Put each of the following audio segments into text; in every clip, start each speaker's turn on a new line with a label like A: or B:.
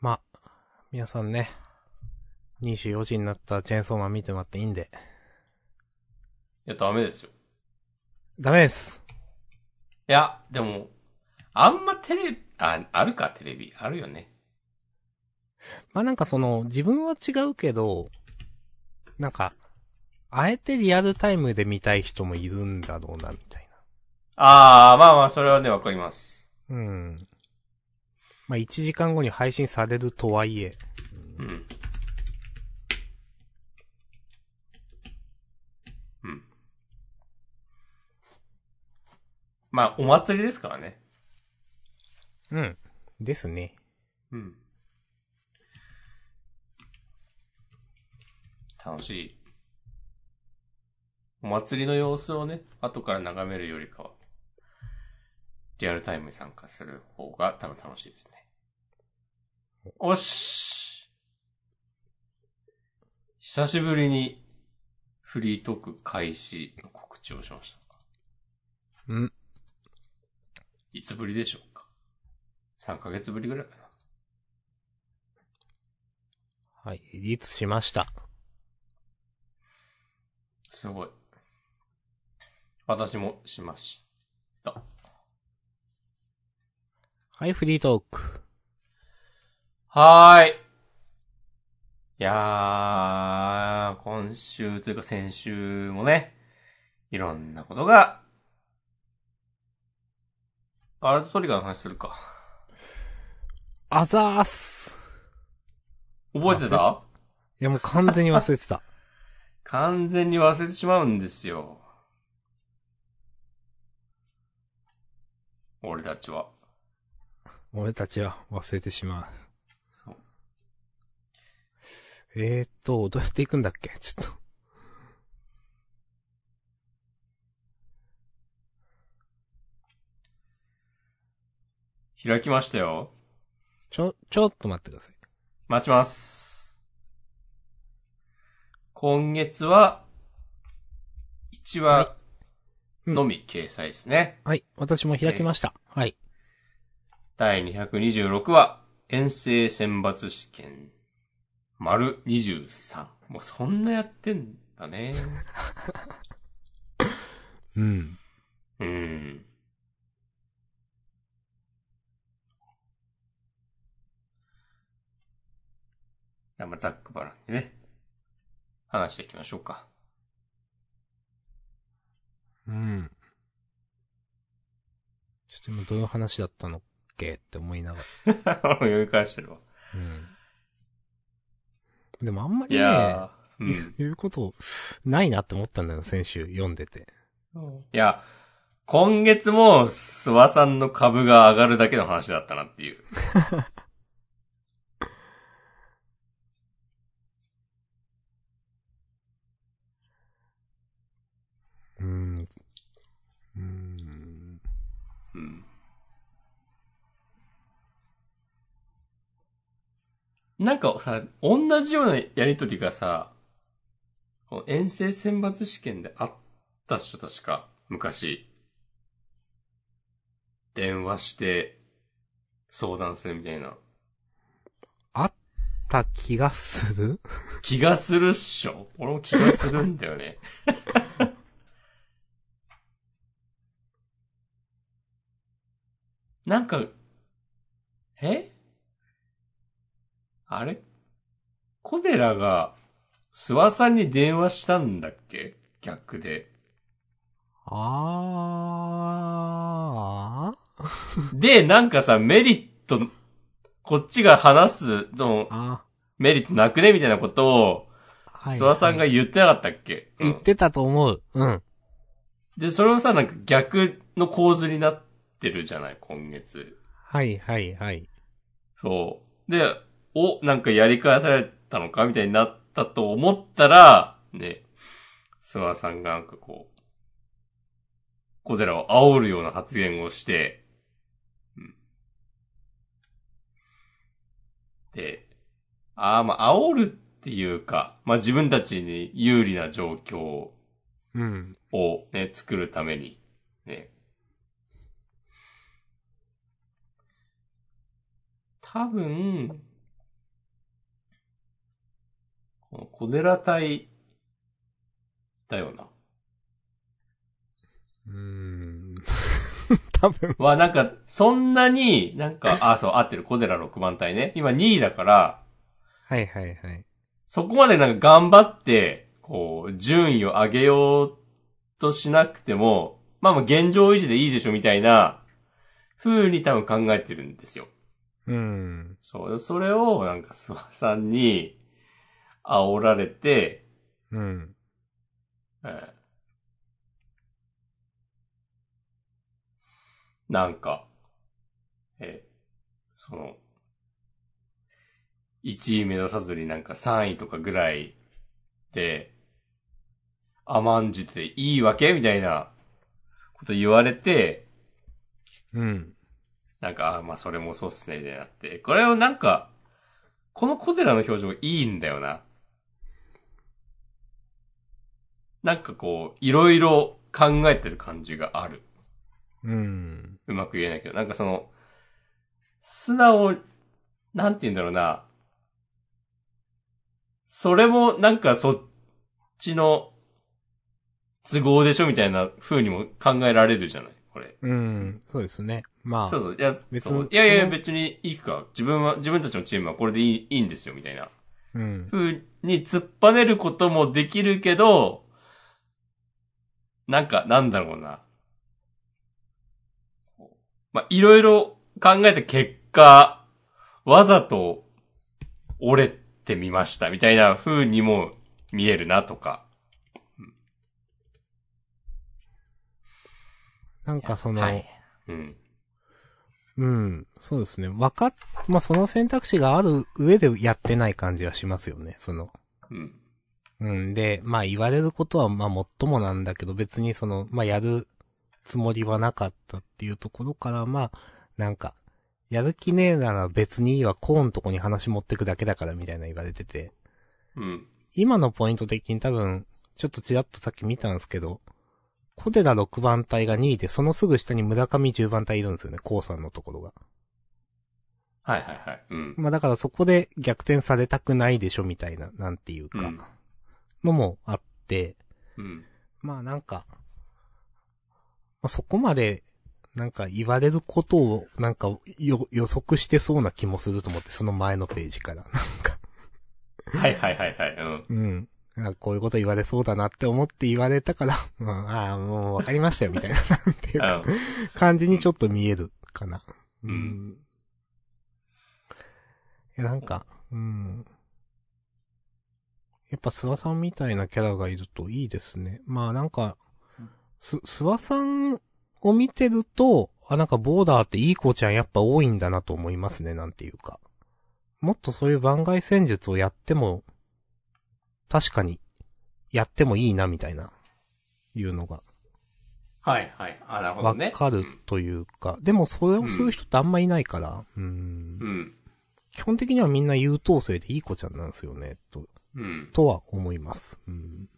A: まあ、皆さんね、24時になったらチェーンソーマン見てもらっていいんで。
B: いや、ダメですよ。
A: ダメです
B: いや、でも、あんまテレビ、あ、あるか、テレビ。あるよね。
A: まあなんかその、自分は違うけど、なんか、あえてリアルタイムで見たい人もいるんだろうな、みたい
B: あー、まあまあ、それはね、わかります。
A: な。うん。まあ1時間後に配信されるとはいえ。
B: うん。うん。まあ、お祭りですからね。
A: うん。ですね。
B: うん。楽しい。お祭りの様子をね、後から眺めるよりかは、リアルタイムに参加する方が多分楽しいですね。おっし久しぶりにフリートーク開始の告知をしました。
A: うん。
B: いつぶりでしょうか ?3 ヶ月ぶりぐらいかな。
A: はい。リツしました。
B: すごい。私もしました。
A: はい、フリートーク。
B: はーい。いやー、今週というか先週もね、いろんなことが、ワールドトリガーの話するか。
A: あざーす
B: 覚えてた
A: いやもう完全に忘れてた。
B: 完全に忘れてしまうんですよ。俺たちは。
A: 俺たちは忘れてしま
B: そう
A: う。えーっと、どうやって行くんだっけちょっと。
B: 開きましたよ。
A: ちょ、ちょっと待ってください。
B: 待ちます。今月は、1話
A: いうん
B: のみ掲載ですね。
A: はい、私も開きました。はい。
B: 第226話、遠征選抜試験、丸23。もうそんなやってんだ ね。
A: うん。
B: うん。じゃあまあざっくばらんにね、話していきましょうか。
A: うん。ちょっと今どういう話だったのっけって思いながら。
B: 読み返してるわ。
A: うん。でもあんま
B: い
A: りね、
B: やー、うん。
A: 言うことないなって思ったんだよ、先週読んでて。
B: いや、今月も、諏訪さんの株が上がるだけの話だったなっていう。
A: うん。うん。
B: うん。なんかさ、同じようなやりとりがさ、この遠征選抜試験であったっしょ、確か。昔。電話して、相談するみたいな。
A: あった気がする
B: 気がするっしょ俺も気がするんだよね。 なんか、えあれ小寺が、諏訪さんに電話したんだっけ逆で。
A: あ
B: で、なんかさ、メリット、こっちが話す、その
A: ー。、あ、
B: メリットなくねみたいなことを、
A: は
B: 諏訪さんが
A: はい
B: 言ってなかったっけ、うん
A: 言ってたと思う。うん。
B: で、それもさ、なんか逆の構図になってるじゃない、今月。
A: はいはいはい。
B: そう。で、お、なんかやり返されたのかみたいになったと思ったら、ね、諏訪さんがなんかこう、小寺を煽るような発言をして、うん。で、あーまあ、煽るっていうか、まあ、自分たちに有利な状況を
A: うん。
B: をね、作るために、ね。多分、この小寺隊だよな。
A: うーん。多分。
B: は、なんか、そんなに、なんか、あ、そう、合ってる。小寺6番隊ね。今2位だから、
A: はいはいはい。
B: そこまでなんか頑張って、こう、順位を上げようとしなくても、まあまあ現状維持でいいでしょみたいな、風に多分考えてるんですよ。
A: うん。
B: そう、それをなんか諏訪さんに煽られて、
A: うん。
B: えーなんか、えーその、1位目指さずになんか3位とかぐらいで、甘んじていいわけみたいなこと言われて、
A: うん。
B: なんか、あまあそれもそうっすね、みたいになって。これをなんか、この小寺の表情いいんだよな。なんかこう、いろいろ考えてる感じがある。
A: うん。
B: うまく言えないけど、なんかその、素直、なんて言うんだろうな。それもなんかそっちの都合でしょみたいな風にも考えられるじゃないこれ。
A: うん。そうですね。まあ。
B: そうそう。いや、
A: 別
B: そう
A: に
B: いやい
A: そ
B: や、
A: の
B: 別にいいか。自分は、自分たちのチームはこれでいいいいんですよ、みたいな。
A: うん。
B: ふうに突っぱねることもできるけど、なんか、なんだろうな。まあ、いろいろ考えた結果、わざと折れてみました、みたいな風にも見えるな、とか。
A: なんかその、
B: はいうん。
A: うん。そうですね。わかっ、まあ、その選択肢がある上でやってない感じはしますよね。その、
B: うん。
A: うん。で、まあ、言われることは、まあ、もっともなんだけど、別にその、まあ、やるつもりはなかったっていうところから、まあ、なんか、やる気ねえなら別にいいわ、コーンとこに話持ってくだけだからみたいな言われてて。
B: うん。
A: 今のポイント的に多分、ちょっとちらっとさっき見たんですけど、小寺6番隊が2位で、そのすぐ下に村上10番隊いるんですよね、コウさんのところが。
B: はいはいはい。うん。
A: まあだからそこで逆転されたくないでしょ、みたいな、なんていうか、
B: うん
A: のもあって、
B: うん。
A: まあなんか、まあ、そこまで、なんか言われることを、なんかよ予測してそうな気もすると思って、その前のページから。
B: はいはいはいはい。うん。
A: うん。あこういうこと言われそうだなって思って言われたから、うん、ああ、もうわかりましたよ、みたいな、なんていう
B: う
A: か、
B: ん
A: 感じにちょっと見えるかな。
B: うん。
A: いや、なんか、うん。やっぱ諏訪さんみたいなキャラがいるといいですね。まあなんか、す、諏訪さんを見てると、あ、なんかボーダーっていい子ちゃんやっぱ多いんだなと思いますね、なんていうか。もっとそういう番外戦術をやっても、確かに、やってもいいな、みたいな、いうのが。
B: はいはい。あ、なるほど
A: わ
B: ね。
A: かるというか、でもそれをする人ってあんまいないから、うん、
B: うん。うん。
A: 基本的にはみんな優等生でいい子ちゃんなんですよね、と、
B: うん。
A: とは思います。うん。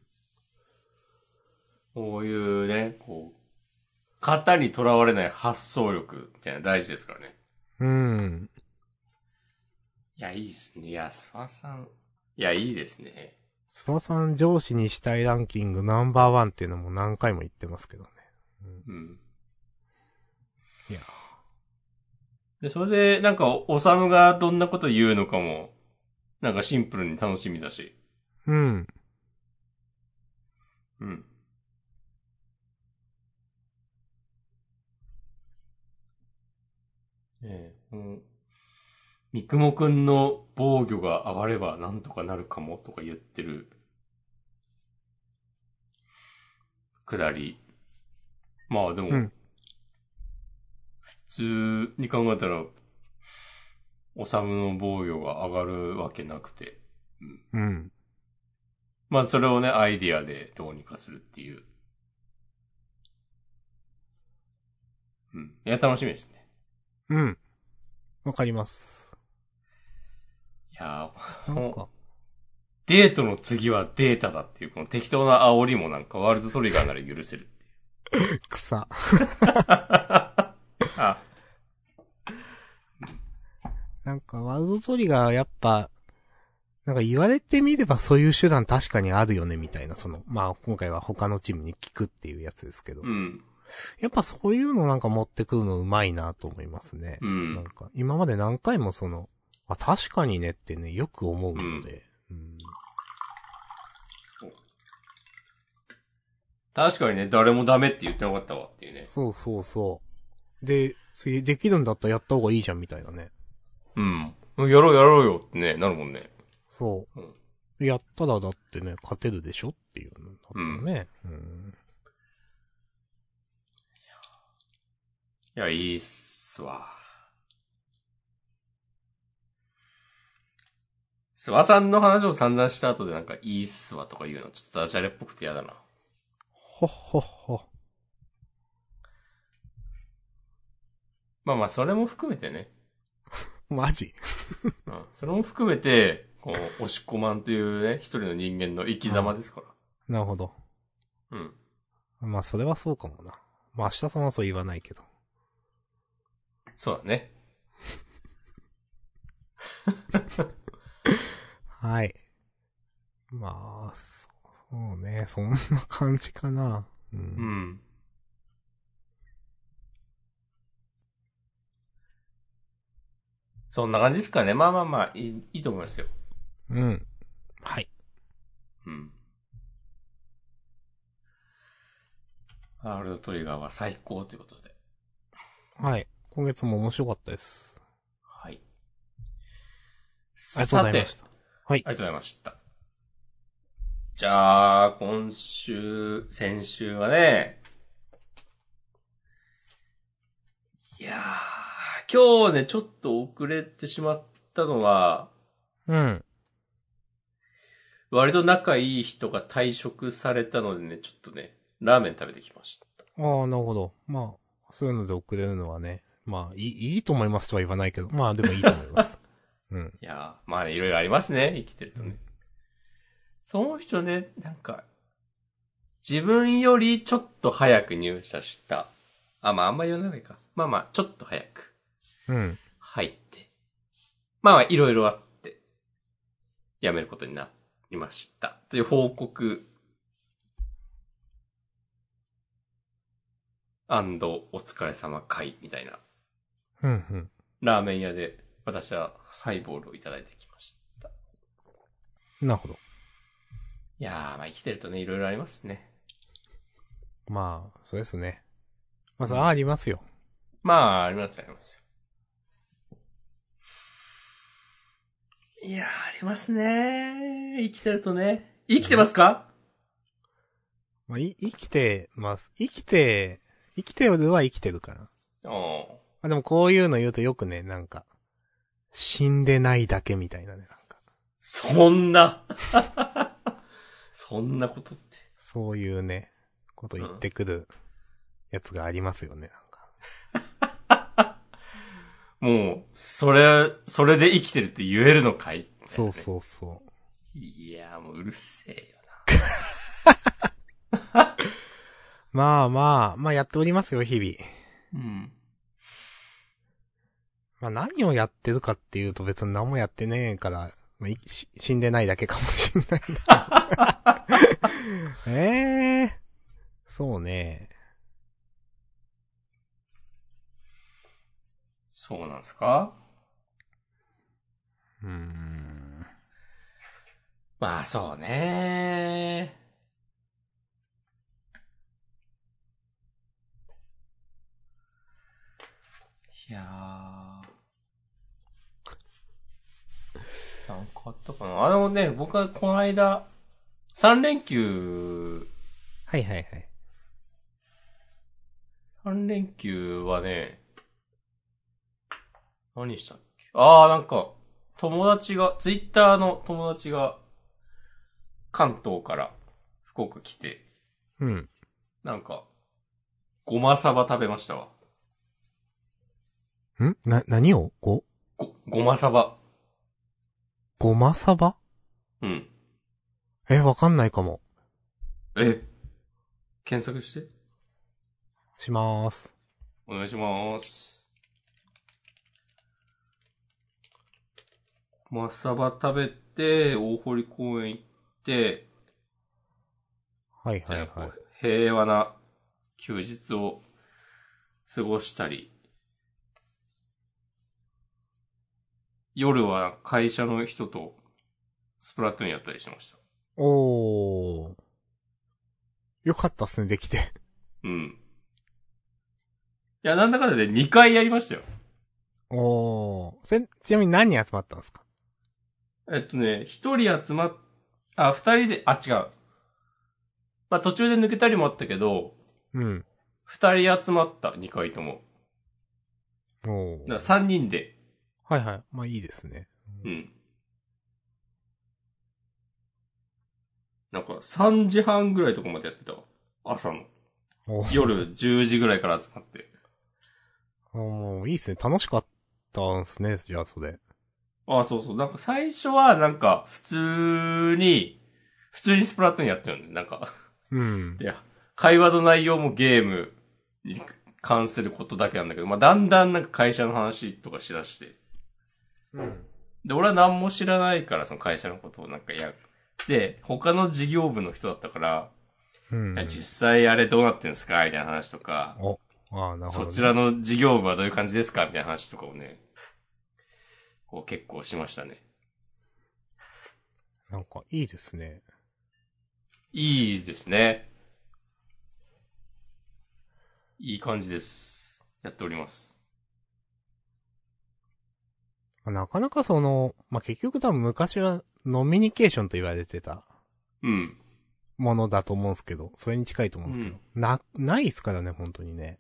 B: こういうね、こう、型にとらわれない発想力みたいなの大事ですからね。
A: うん。
B: いや、いいですね。いや、諏訪さん。いや、いいですね。
A: スパさん上司にしたいランキングナンバーワンっていうのも何回も言ってますけどね。
B: うん。
A: いや。
B: で、それで、なんか、おさむがどんなこと言うのかも、なんかシンプルに楽しみだし。
A: うん。
B: うん。ねえ、この、三雲くんの防御が上がればなんとかなるかもとか言ってる、くだり。まあでも、
A: うん
B: 普通に考えたら、おさむの防御が上がるわけなくて。
A: うん。
B: まあそれをね、アイディアでどうにかするっていう。うん。いや、楽しみですね。
A: うん。わかります。
B: いやー
A: なん
B: もう
A: か、
B: デートの次はデータだっていう、この適当な煽りもなんかワールドトリガーなら許せる。
A: 草。
B: あ、
A: なんか、ワールドトリガーやっぱ、なんか言われてみればそういう手段確かにあるよねみたいな、その、まあ今回は他のチームに聞くっていうやつですけど、
B: うん。
A: やっぱそういうのなんか持ってくるのうまいなと思いますね。
B: う
A: なん
B: ん。
A: か今まで何回もその、あ、確かにねってね、よく思うので、うん
B: 確かにね、誰もダメって言ってなかったわっていうね。
A: そうそうそう。で、それできるんだったらやった方がいいじゃんみたいなね。
B: うん。やろうやろうよってね、なるもんね。
A: そう。
B: うん
A: やったらだってね、勝てるでしょっていうのだったらね。うん。
B: いや、いいっすわ。諏訪さんの話を散々した後でなんか、いいっすわとか言うの、ちょっとダジャレっぽくて嫌だな。
A: ほっほっほ。
B: まあまあ、それも含めてね。
A: マジ
B: うん。それも含めて、こう、押し込まんというね、一人の人間の生き様ですか
A: なるほど。
B: ら。うん。
A: まあ、それはそうかもな。まあ、明日さんはそう言わないけど。
B: そうだね。
A: はい。まあ、そそうね。そんな感じかな。うん。
B: うん。そんな感じですかね。まあまあまあ、いいいいと思いますよ。
A: うん。はい。
B: うん。ワールドトリガーは最高ということで。
A: はい。今月も面白かったです。
B: は
A: あ
B: い。
A: りがとうございまし
B: さ
A: た
B: て。
A: はい
B: あ。りがとうございました。じゃあ、今週、先週はね、いやー、今日ね、ちょっと遅れてしまったのは、
A: うん。
B: 割と仲いい人が退職されたのでね、ちょっとね、ラーメン食べてきました。
A: ああ、なるほど。まあ、そういうので遅れるのはね。まあ、いい、いいと思いますとは言わないけど。まあ、でもいいと思い ます。うん。
B: いやー、まあね、いろいろありますね、生きてるとね。その人ね、なんか、自分よりちょっと早く入社した。あ、まああんま言わない方がいいか。まあまあ、ちょっと早く
A: うん。
B: 入って。まあまあ、いろいろあって、辞めることになりました。という報告。アンド、お疲れ様会、みたいな。
A: うん、うん。
B: ラーメン屋で、私はハイボールをいただいてきました。
A: なるほど。
B: いやー、まあ生きてるとね、いろいろありますね。
A: まあ、そうですね。まあ、それはありますよ。
B: まあ、ありますよありますよ。いやー、ありますね生きてるとね。生きてますか、
A: まあ、い、生きてます。生きて、生きてるは生きてるから。
B: お
A: あ、でもこういうの言うとよくね、なんか、死んでないだけみたいなね、なんか。
B: そんな。そんなことって。
A: そういうね、こと言ってくるやつがありますよね、なんか。
B: もう、それ、それで生きてるって言えるのかい
A: そうそうそう。
B: う。いやー、もううるせえよな。
A: まあまあ、まあやっておりますよ、日々。
B: うん。
A: まあ何をやってるかっていうと別に何もやってねえから、まあ、いし死んでないだけかもしんない な。ええそうね。
B: そうなんですか
A: うーん。
B: まあそうね。いやー。なんかあったかなあのね、僕はこの間、3連休、
A: はいはいはい。
B: 3連休はね、何したっけああ、なんか、友達が、ツイッターの友達が、関東から福岡来て、
A: うん。
B: なんか、ごまサバ食べましたわ。
A: んな、何をご、
B: ご、ごまサバ。
A: ごまさば
B: うん。
A: え、わかんないかも。
B: え検索して。
A: しまーす。
B: お願いします。マッサバ食べて、大堀公園行って、
A: はいはい
B: なんか
A: はい
B: こ。う平和な休日を過ごしたり、夜は会社の人とスプラトゥーンやったりしてました。
A: おー。よかったっすね、できて。
B: うん。いや、なんだかんだで2回やりましたよ。
A: おー。せん、ちなみに何人集まったんですか
B: えっとね、一人集まっ、あ、二人で、あ、違う。まあ途中で抜けたりもあったけど、
A: うん。
B: 二人集まった、二回とも。
A: お
B: だから
A: ー。
B: 三人で。
A: はいはい。まあいいですね。
B: うん。なんか、三時半ぐらいとかまでやってたわ。朝の。
A: おー。
B: 夜10時ぐらいから集まって。
A: おーいいっすね。楽しかったんすね、じゃあそれ。
B: あ、そうそう。なんか最初は、なんか、普通に、普通にスプラトゥーンやってるんで、なんか。
A: うん。
B: いや、会話の内容もゲームに関することだけなんだけど、まあ、だんだんなんか会社の話とかしだして。
A: うん。
B: で、俺は何も知らないから、その会社のことをなんかや、で、他の事業部の人だったから、
A: うん。
B: い
A: あ
B: や実際あれどうなってんですかみたいな話とか、
A: あー、なるほど、
B: そ
A: ね。
B: ちらの事業部はどういう感じですかみたいな話とかをね、こう結構しましたね。
A: なんか、いいですね。
B: いいですね。いい感じです。やっております。
A: まあなかなかその、まあ、結局多分昔は、ノミニケーションと言われてた
B: うん。
A: ものだと思うんですけど、それに近いと思うんですけど、な、ないっすからね、本当にね。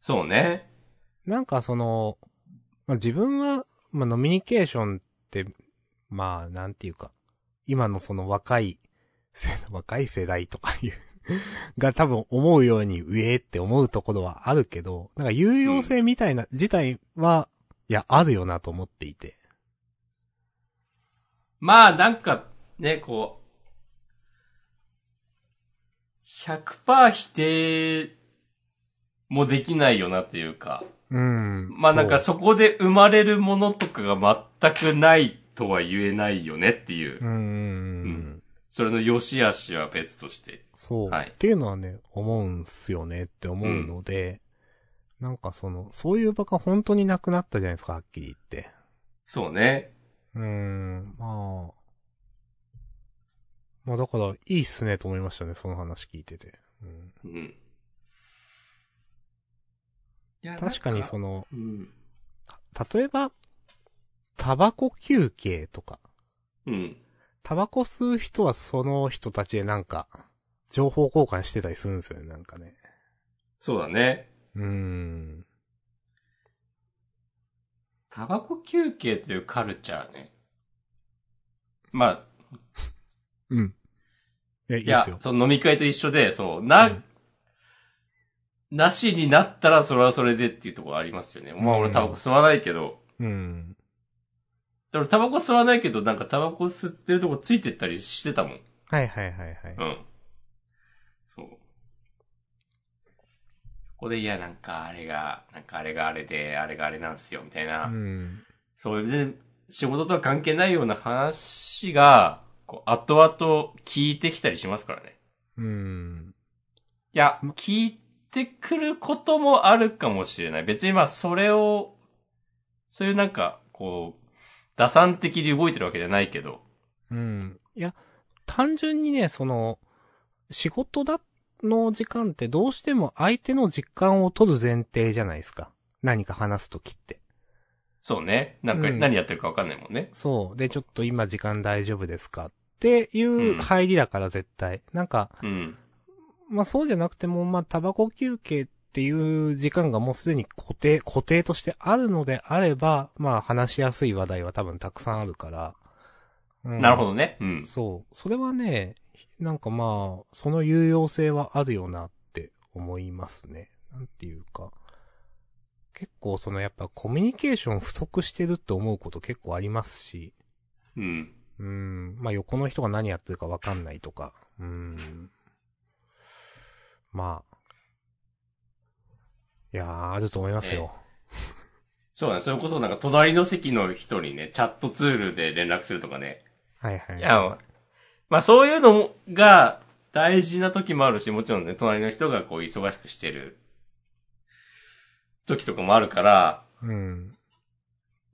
B: そうね。
A: なんかその、まあ、自分は、まあ、ノミニケーションって、まあ、なんていうか、今のその若い、せ 若い世代とかいう、が多分思うように上って思うところはあるけど、なんか有用性みたいな自体は、いや、あるよなと思っていて。
B: まあ、なんか、ね、こう、100%否定もできないよなっていうか、
A: うん。
B: まあなんか
A: そう、
B: そこで生まれるものとかが全くないとは言えないよねっていうう、
A: んうんう
B: うんん。それの良し悪しは別として。
A: そう、
B: はい
A: っていうのはね、思うんすよねって思うので、なんかその、そういう場が本当になくなったじゃないですか、はっきり言って。
B: そうね。
A: うーん、まあ。まあだから、いいっすねと思いましたね、その話聞いてて。うん、
B: うん。いや
A: 確かに
B: なん
A: その、
B: うん。
A: 例えば、タバコ休憩とか、
B: うん。
A: タバコ吸う人はその人たちでなんか、情報交換してたりするんですよね、なんかね。
B: そうだね。
A: うーん。
B: タバコ休憩というカルチャーね。まあ、
A: うん。いや、いい
B: い
A: っ
B: や
A: すよ、。
B: その飲み会と一緒で、そう、な、
A: うん
B: なしになったらそれはそれでっていうところありますよね。まあ
A: うん
B: 俺タバコ吸わないけど、
A: うん。
B: で俺タバコ吸わないけど、なんかタバコ吸ってるとこついてったりしてたもん。
A: はいはいはいはい。
B: うん。そう。ここで、いや、なんかあれが、なんかあれがあれで、あれがあれなんすよ、みたいな。
A: うん。
B: そう、別に仕事とは関係ないような話が、こう、後々聞いてきたりしますからね。
A: うん。
B: いや、
A: ま
B: 聞いてくることもあるかもしれない。別にまあ、それを、そういうなんか、こう、打算的に動いてるわけじゃないけど。
A: うん。いや、単純にね、その、仕事だ、の時間ってどうしても相手の実感を取る前提じゃないですか。何か話すときって。
B: そうね。なんか、
A: うん
B: 何やってるかわかんないもんね。
A: そう。で、ちょっと今時間大丈夫ですかっていううん入りだから絶対。なんか、
B: うん。
A: まあそうじゃなくても、まあタバコ休憩っていう時間がもうすでに固定、固定としてあるのであれば、まあ話しやすい話題は多分たくさんあるから。うん
B: なるほどね。うん。
A: そう。それはね、なんかまあ、その有用性はあるよなって思いますね。なんていうか。結構そのやっぱコミュニケーション不足してるって思うこと結構ありますし。
B: うん。
A: うん。まあ横の人が何やってるかわかんないとか。うん。まあ。いやー、あると思いますよ。
B: そうだね。それこそなんか隣の席の人にね、チャットツールで連絡するとかね。
A: はいはい。
B: いや、まあまあそういうのが大事な時もあるし、もちろんね、隣の人がこう忙しくしてる時とかもあるから、
A: うん。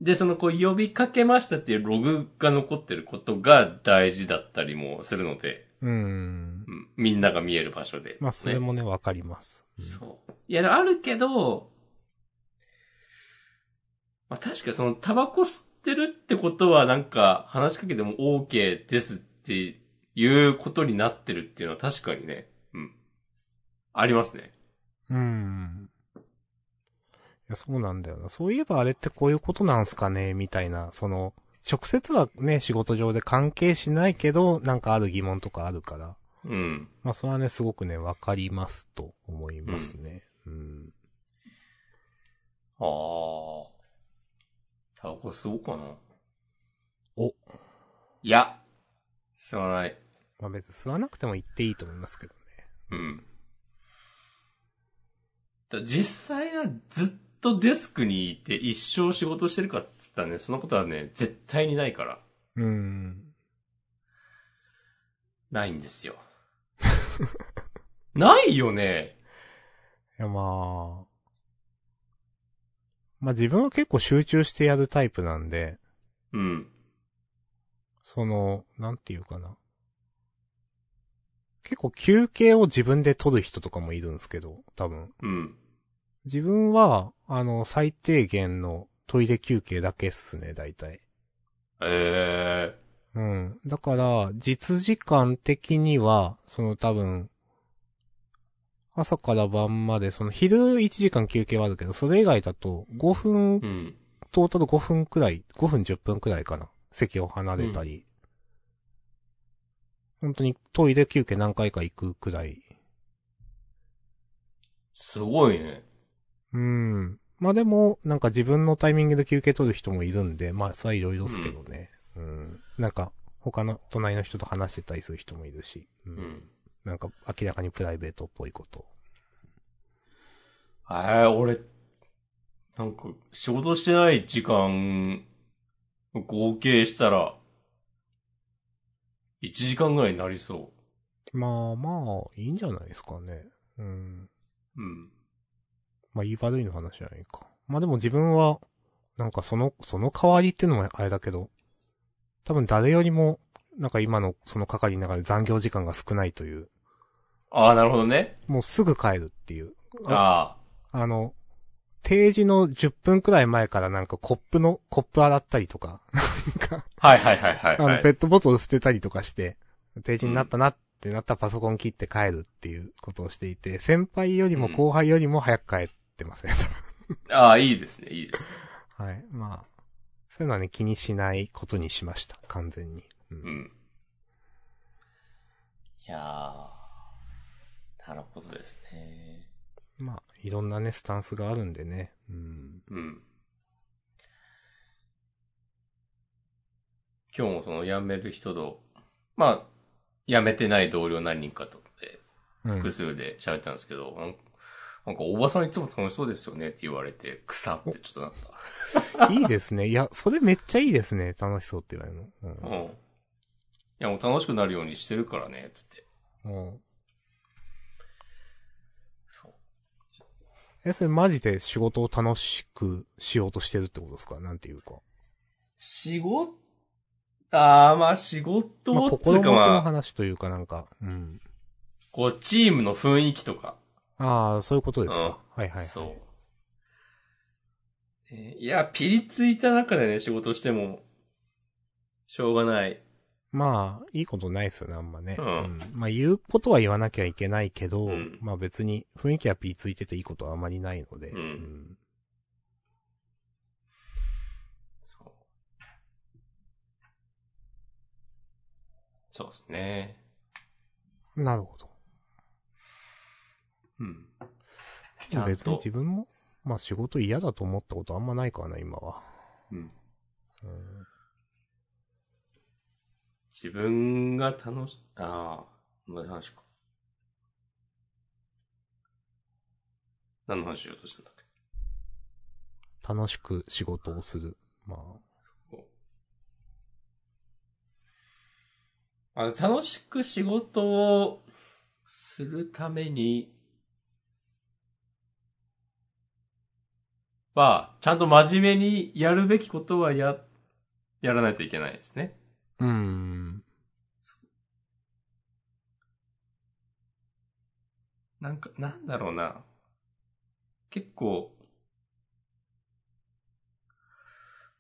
B: で、そのこう呼びかけましたっていうログが残ってることが大事だったりもするので、
A: うん。
B: うんみんなが見える場所で、
A: まあ、それ
B: ね
A: もね、わかります。
B: そう。いや、あるけど、まあ、確かにその、タバコ吸ってるってことは、なんか、話しかけても OK ですっていうことになってるっていうのは確かにね、うん。ありますね。
A: うん。いや、そうなんだよな。そういえばあれってこういうことなんすかねみたいな、その、直接はね、仕事上で関係しないけど、なんかある疑問とかあるから。
B: うん。
A: まあ、それはね、すごくね、わかりますと思いますね。うん。
B: ああ。タバコ吸おうかな。
A: お。
B: いや。吸わない。
A: まあ、別に吸わなくても言っていいと思いますけどね。
B: うん。だ実際はずっとデスクにいて一生仕事してるかって言ったらね、そのことはね、絶対にないから。
A: うん。
B: ないんですよ。ないよね。
A: いや、まあ。まあ、自分は結構集中してやるタイプなんで、
B: うん。
A: その、なんていうかな。結構休憩を自分で取る人とかもいるんですけど、多分。
B: うん。
A: 自分は、あの、最低限のトイレ休憩だけっすね、大体。
B: え
A: うん。だから、実時間的には、その多分、朝から晩まで、その昼1時間休憩はあるけど、それ以外だと5分
B: えうん。
A: トータル5分くらい、5分10分くらいかな。席を離れたり。本当にトイレ休憩何回か行くくらい。
B: すごいね。
A: うん。まあでも、なんか自分のタイミングで休憩取る人もいるんで、まあそれはいろいろですけどね。うん。なんか、他の隣の人と話してたりする人もいるし。う。
B: うんん。
A: なんか明らかにプライベートっぽいこと。
B: ええ俺、なんか、仕事してない時間、合計したら、1時間ぐらいになりそ
A: まあまあ、いいんじゃないですかね。うん。
B: う。うん。
A: まあ、言い悪いの話じゃないか。まあでも自分は、なんかその、その代わりっていうのもあれだけど、多分誰よりも、なんか今のその係の中で残業時間が少ないという、
B: ああ、なるほどね。
A: もうすぐ帰るっていう。あ
B: あ
A: あの、定時の10分くらい前からなんかコップの、コップ洗ったりとか、なんか、
B: あ。はいはいはいはい、
A: あ
B: は
A: の、ペ
B: い。
A: ットボトル捨てたりとかして、定時になったなってなったらパソコン切って帰るっていうことをしていて、先輩よりも後輩よりも早く帰ってません。
B: ああ、いいですね、いいですね。
A: はい。まあ、そういうのはね、気にしないことにしました。完全に。う。
B: うんん。いやー、なるほどですね。
A: まあ、いろんなね、スタンスがあるんでね。うん。
B: うん。今日もその辞める人と、まあ、辞めてない同僚何人かと、え
A: う
B: 複
A: ん。
B: 数で喋ったんですけど、なんなんか、おばさんいつも楽しそうですよねって言われて、草ってちょっとなっ
A: いいですね。いや、それめっちゃいいですね。楽しそうって言われるの。
B: た。うん。いや、もう楽しくなるようにしてるからね、つって。
A: うん。うん。
B: そう。
A: え、それマジで仕事を楽しくしようとしてるってことですかなんていうか。
B: 仕事、あーまあ仕事
A: まあ、
B: をつ
A: 心持ち
B: うか
A: の
B: まあ、
A: 話というかなんか。うん。
B: こう、チームの雰囲気とか。
A: ああ、そういうことですか。はいはい。
B: そう。えーいや、ピリついた中でね、仕事しても、しょうがない。
A: まあ、いいことないですよね、あんまね。
B: うん
A: まあ、言うことは言わなきゃいけないけど、
B: うん
A: まあ別に雰囲気はピーついてていいことはあまりないので。
B: うんそうそうですね。
A: うんなるほど。
B: うん。ち
A: じゃ
B: ゃん
A: あ
B: と
A: 別に自分も、まあ仕事嫌だと思ったことあんまないからな、今は。
B: うん。
A: うん
B: 自分が楽し、ああ、何の話か。何の話しようとしたんだっ
A: 楽しく仕事をする。まあ、
B: あの、楽しく仕事をするために、は、ちゃんと真面目にやるべきことはや、やらないといけないですね。
A: うーん。
B: なんか、なんだろうな。結構、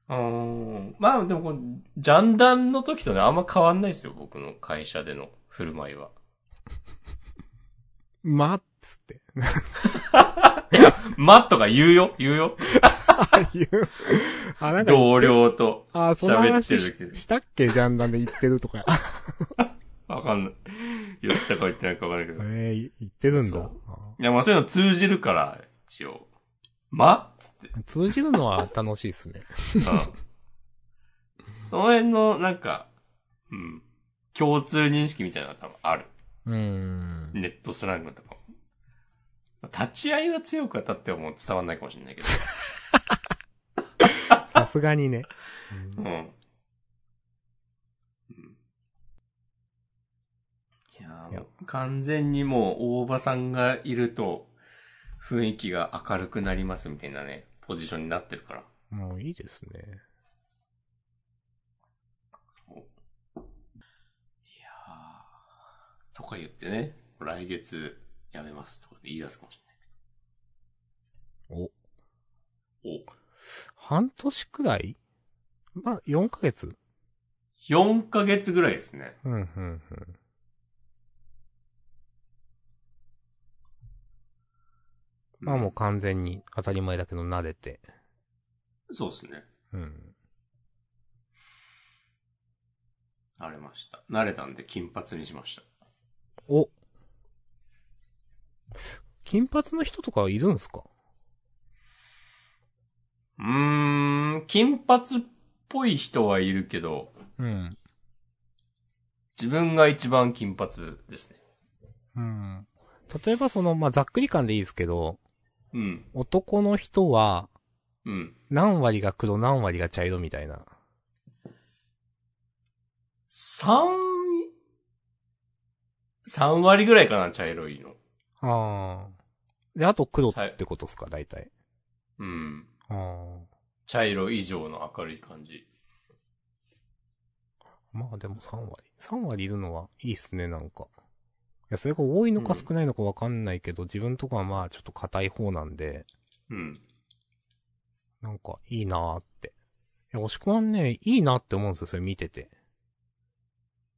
B: うーん。まあでもこの、ジャンダンの時とね、あんま変わんないですよ、僕の会社での振る舞いは。
A: まっつって。
B: まとか言うよ、言うよ。
A: あ、言う。あ、なんか、
B: 同僚と。
A: あ、その話
B: 喋ってる時
A: ししたっけジャンダンで言ってるとか。
B: わかんない。言ったか言ってないかわかんないけど。い
A: ええ言ってるんだ
B: そ。や、まあそういうの通じるから、一応。まつって。
A: あ通じるのは楽しいです ね。
B: うん。その辺の、なんか、うん。共通認識みたいなのは多分ある。
A: うーん。
B: ネットスラングとかも。立ち合いは強く当たってはもう伝わんないかもしれないけど。
A: さすがにね。
B: う。
A: うんん
B: うんいやー、もう完全にもう大場さんがいると雰囲気が明るくなりますみたいなね、ポジションになってるから。
A: もういいですね。
B: いやーとか言ってね、来月辞めますとか言い出すかもし
A: お。
B: れない。
A: 半年くらいまあ、4ヶ月
B: お。4ヶ月ぐらいですね。
A: うん、うん、うん。まあもう完全に当たり前だけど慣れて。
B: そうですね。
A: うん。
B: 慣れました。慣れたんで金髪にしました。
A: お。金髪の人とかいるんすか
B: うーん、金髪っぽい人はいるけど、
A: うん。
B: 自分が一番金髪ですね。
A: うん。例えばその、まあ、ざっくり感でいいですけど、
B: うん、
A: 男の人は、
B: うん。
A: 何割が黒何割が茶色みたいな。
B: 三、三割ぐらいかな、茶色いの。
A: ああ。で、あと黒ってことっすか、大体。
B: うん。
A: ああ。
B: 茶色以上の明るい感じ。
A: まあでも3割。3割いるのはいいっすね、なんか。いや、それが多いのか少ないのかわかんないけど、自分とかはまあちょっと硬い方なんで、
B: うん。
A: なんかいいなーって。いや、押し込まんね、いいなって思うんですよ、それ見てて。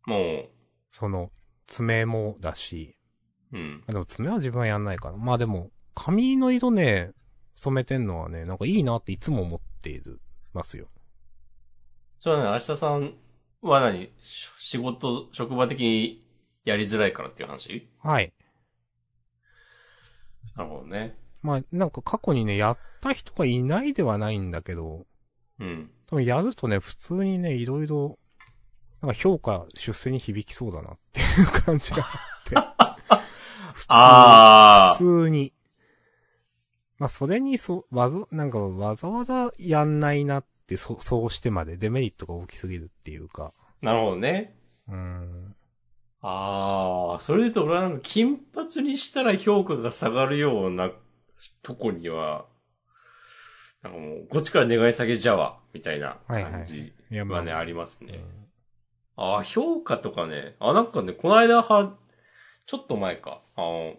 B: も
A: その、爪もだし。
B: う、うん。
A: あでも爪は自分はやんないから。まあでも、髪の色ね、染めてんのはね、なんかいいなっていつも思っている、ますよ。
B: そうだね、明日さんは何し仕事、職場的にやりづらいからっていう話
A: はい。
B: なるほどね。
A: まあ、なんか過去にね、やった人がいないではないんだけど、
B: うん。
A: 多分やるとね、普通にね、いろいろ、なんか評価、出世に響きそうだなっていう感じがあって。普通に
B: あー。
A: 普通に。まあ、それに、そ、わざ、なんかわざわざやんないなって、そ、そうしてまでデメリットが大きすぎるっていうか。
B: なるほどね。
A: うーん。
B: ああ、それで言うと俺はなんか金髪にしたら評価が下がるようなとこには、なんかもう、こっちから願い下げじゃわ、みたいな感じ
A: いや、ま
B: は
A: あ、
B: ね、あります
A: う
B: ね。
A: ん
B: ああ、評価とかね。あ、なんかね、この間は、ちょっと前か。あの、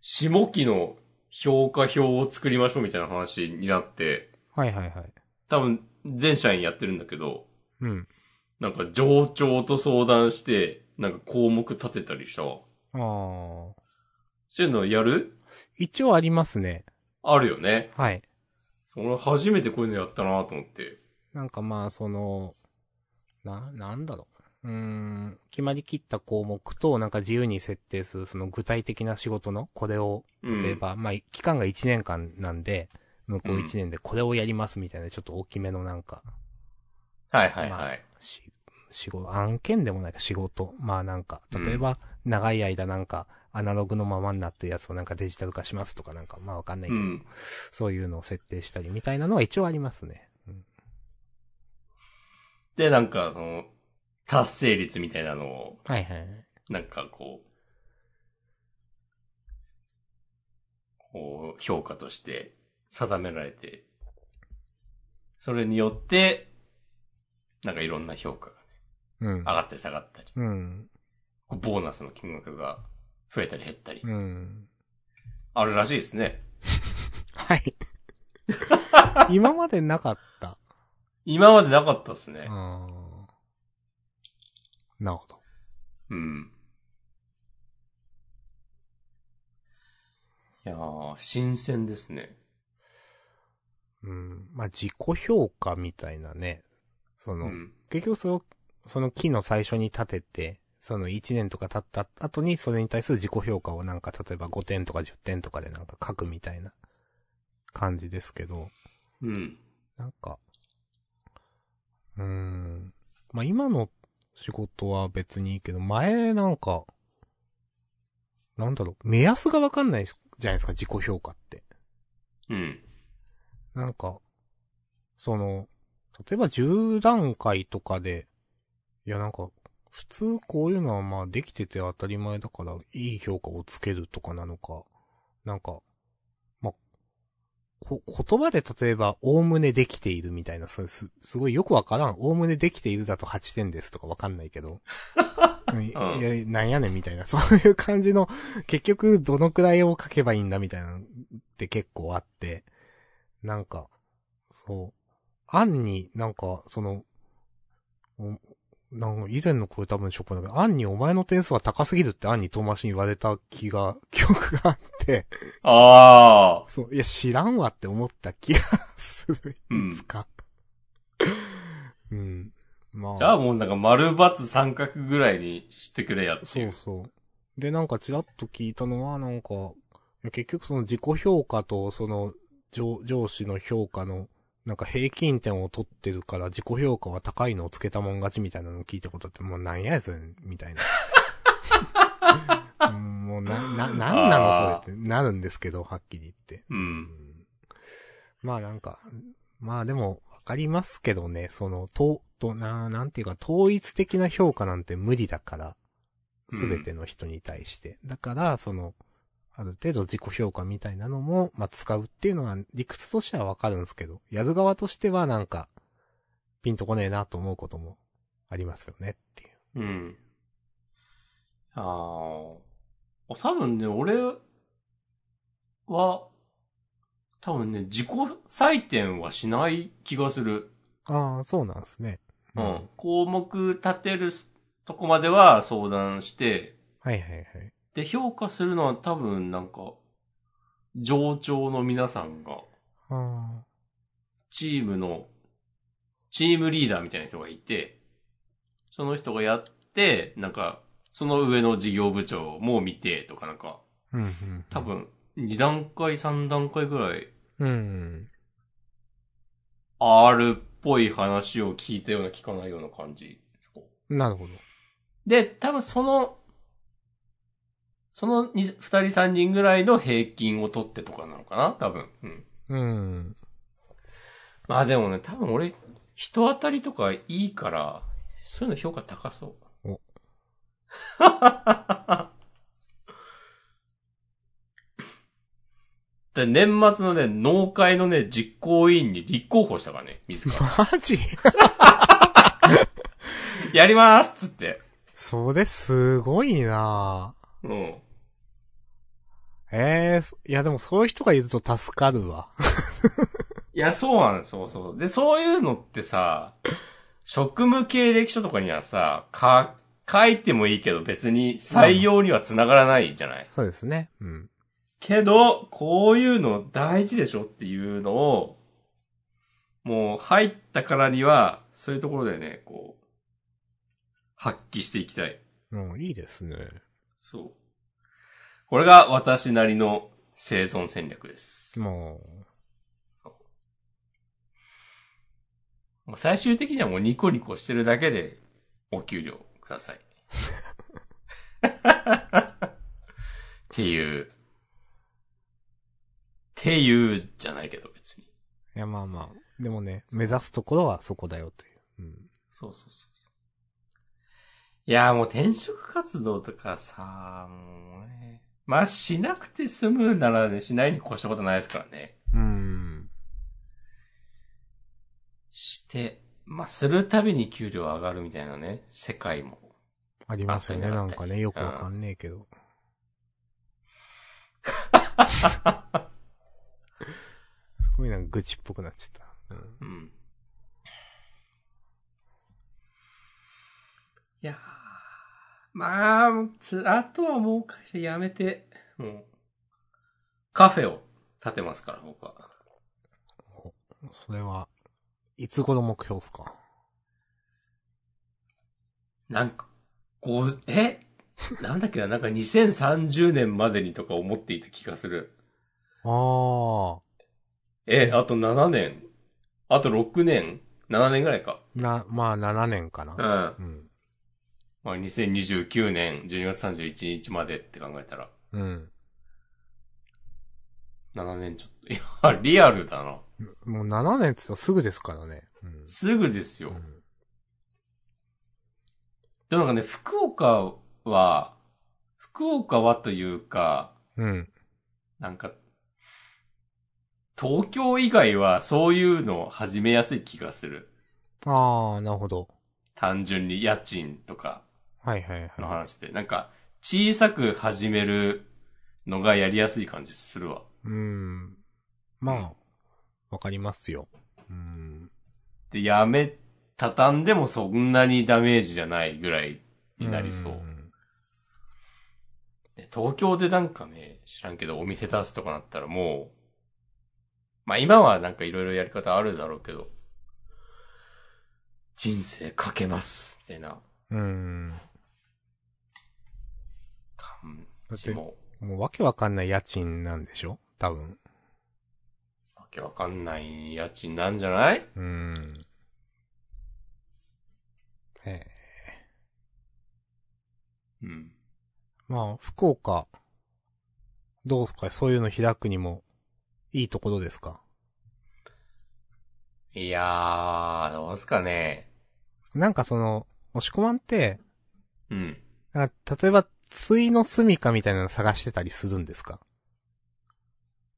B: 下期の評価表を作りましょうみたいな話になって、
A: はいはいはい。
B: 多分、全社員やってるんだけど、
A: うん。
B: なんか上長と相談して、なんか項目立てたりしたわ。
A: ああ。
B: そういうのやる
A: 一応ありますね。
B: あるよね。
A: はい。
B: 俺初めてこういうのやったなと思って。
A: なんかまあ、その、な、なんだろう。うーん、決まりきった項目と、なんか自由に設定する、その具体的な仕事の、これを、
B: うん
A: 例えば、まあ、期間が1年間なんで、向こう1年でこれをやりますみたいな、ちょっと大きめのなんか、
B: はいはい
A: ま
B: は
A: あ
B: い。
A: し、仕事、案件でもないか、仕事。まあなんか、例えば、長い間なんか、アナログのままになってるやつをなんかデジタル化しますとかなんか、まあわかんないうけど、
B: ん。
A: そういうのを設定したりみたいなのは一応ありますね。うん
B: で、なんか、その、達成率みたいなのを、
A: はいはい。
B: なんかこう、こう、評価として定められて、それによって、なんかいろんな評価が
A: うん
B: 上。がったり下がったり、
A: うん。
B: こうボーナスの金額が増えたり減ったり、
A: うん。
B: あるらしいですね。
A: はい。 今までなかった。
B: 今までなかったですね。
A: あーなるほど。
B: うん。いやー、新鮮ですね。
A: うん。まあ、自己評価みたいなね。そうの、
B: ん。
A: 結局その、その木の最初に立てて、その1年とか経った後にそれに対する自己評価をなんか例えば5点とか10点とかでなんか書くみたいな感じですけど、
B: うん。
A: なんか、うーん。まあ、今の仕事は別にいいけど、前なんか、なんだろう、目安がわかんないじゃないですか、自己評価って。
B: うん。
A: なんか、その、例えば10段階とかで、いやなんか、普通こういうのはまあできてて当たり前だから、いい評価をつけるとかなのか、なんか、まあ、こ、言葉で例えば、おおむねできているみたいな、そうす、すごいよくわからん。おおむねできているだと8点ですとかわかんないけ ど。うんいや、なんやねんみたいな、 そういう感じの、結局どのくらいを書けばいいんだみたいなのって結構あって、なんか、そう。案になんか、その、おなんか以前のこれ多分ショップだけど、案にお前の点数は高すぎるって案に遠回しに言われた気が、記憶があって、
B: ああ。
A: そう、いや知らんわって思った気がする、
B: うん
A: いつか。 うん。まあ。
B: じゃあもうなんか丸×三角ぐらいにしてくれやってい
A: そう
B: う。
A: そう。で、なんかちらっと聞いたのは、なんか、いや結局その自己評価とその上上司の評価の、なんか平均点を取ってるから自己評価は高いのをつけたもん勝ちみたいなのを聞いたことあって、もうなんや やそれ、みたいな。うんもうな、な、なんなの
B: あー
A: それってなるんですけど、はっきり言って。
B: う。
A: うんんまあなんか、まあでも、わかりますけどね、その、と、とな、なんていうか、統一的な評価なんて無理だから、
B: うん
A: すべての人に対して。だから、その、ある程度自己評価みたいなのも、まあ使うっていうのは理屈としてはわかるんですけど、やる側としてはなんか、ピンとこねえなと思うこともありますよねっていう。
B: うん。あーあ。多分ね、俺は、多分ね、自己採点はしない気がする。
A: ああ、そうなんですね。
B: うん。。項目立てるとこまでは相談して、
A: はいはいはい。
B: で、評価するのは多分なんか、上長の皆さんが、
A: あ
B: チームの、チームリーダーみたいな人がいて、その人がやって、なんか、その上の事業部長も見てとかなんか、
A: あ。うん、うん。
B: 多。分、2段階、3段階ぐらい、
A: うん。
B: あるっぽい話を聞いたような聞かないような感じ。
A: なるほど。
B: で、多分その、その2、2人3人ぐらいの平均を取ってとかなのかな多分。うん。
A: うん。
B: まあでもね、多分俺、人当たりとかいいから、そういうの評価高そう。
A: お
B: で年末のね、農会のね、実行委員に立候補したからね、自ら。
A: マジ
B: やりますっつって。
A: それすごいなぁ
B: うん。
A: ええいやでもそういう人がいると助かるわ。
B: いや、そうなんですそうそうそう。で、そういうのってさ、職務経歴書とかにはさ、か、書いてもいいけど別に採用には繋がらないじゃない、
A: そうですね。うん。
B: けど、こういうの大事でしょっていうのを、もう入ったからには、そういうところでね、こう、発揮していきたい。
A: うん、いいですね。
B: そう。これが私なりの生存戦略です。
A: も
B: もう最終的にはもうニコニコしてるだけで、お給料ください。ていう。っていうじゃないけど別に。
A: いや、まあまあ。でもね、目指すところはそこだよという。うん。
B: そうそうそう。いやーもう転職活動とかさ、もうね。まあしなくて済むならね、しないに越したことないですからね。
A: うーん。
B: して、まあするたびに給料上がるみたいなね、世界も。
A: ありますよね。
B: あそう
A: な
B: なん
A: ん
B: だ
A: かね、よくわかんねえけ ど。すごいなんか愚痴っぽくなっちゃった。うん。
B: うん。いやーまあ、つあとはもう会社辞めて、もう、カフェを建てますから、僕は。
A: それは、いつ頃目標っすか
B: なんか、こう、え なんだっけな、なんか2030年までにとか思っていた気がする。
A: ああ。
B: え、あと7年あと6年 ?7 年ぐらいか。
A: な、まあ7年か
B: うん。
A: な。
B: ま
A: うん。
B: あ2029年12月31日までって考えたら。
A: うん。
B: 7年ちょっと。いや、リアルだな。
A: もう7年って言ったらすぐですからね。うん。
B: すぐですよ
A: う。ん
B: でもなんかね、福岡は、福岡はというか、
A: うん。
B: なんか、東京以外はそういうのを始めやすい気がする。
A: ああ、なるほど。
B: 単純に家賃とか
A: はいはい
B: の
A: は
B: 話で。なんか、小さく始めるのがやりやすい感じするわ。
A: い。うん。まあ、わかりますよ。うん。
B: で、やめ、畳んでもそんなにダメージじゃないぐらいになりそう。
A: ん
B: で東京でなんかね、知らんけどお店出すとかなったらもう、まあ今はなんかいろいろやり方あるだろうけど、人生かけます、みたいな
A: うん。
B: 感
A: だっ
B: じ
A: て、
B: も、
A: もうわけわかんない家賃なんでしょ多分。
B: わけわかんない家賃なんじゃない
A: うん。ええ。
B: うん。
A: まあ、福岡、どうすかそういうの開くにも、いいところですか
B: いやー、どうすかね。
A: なんかその、押し込まんって、
B: うん。
A: なんか例えば、ついの住処みたいなの探してたりするんですか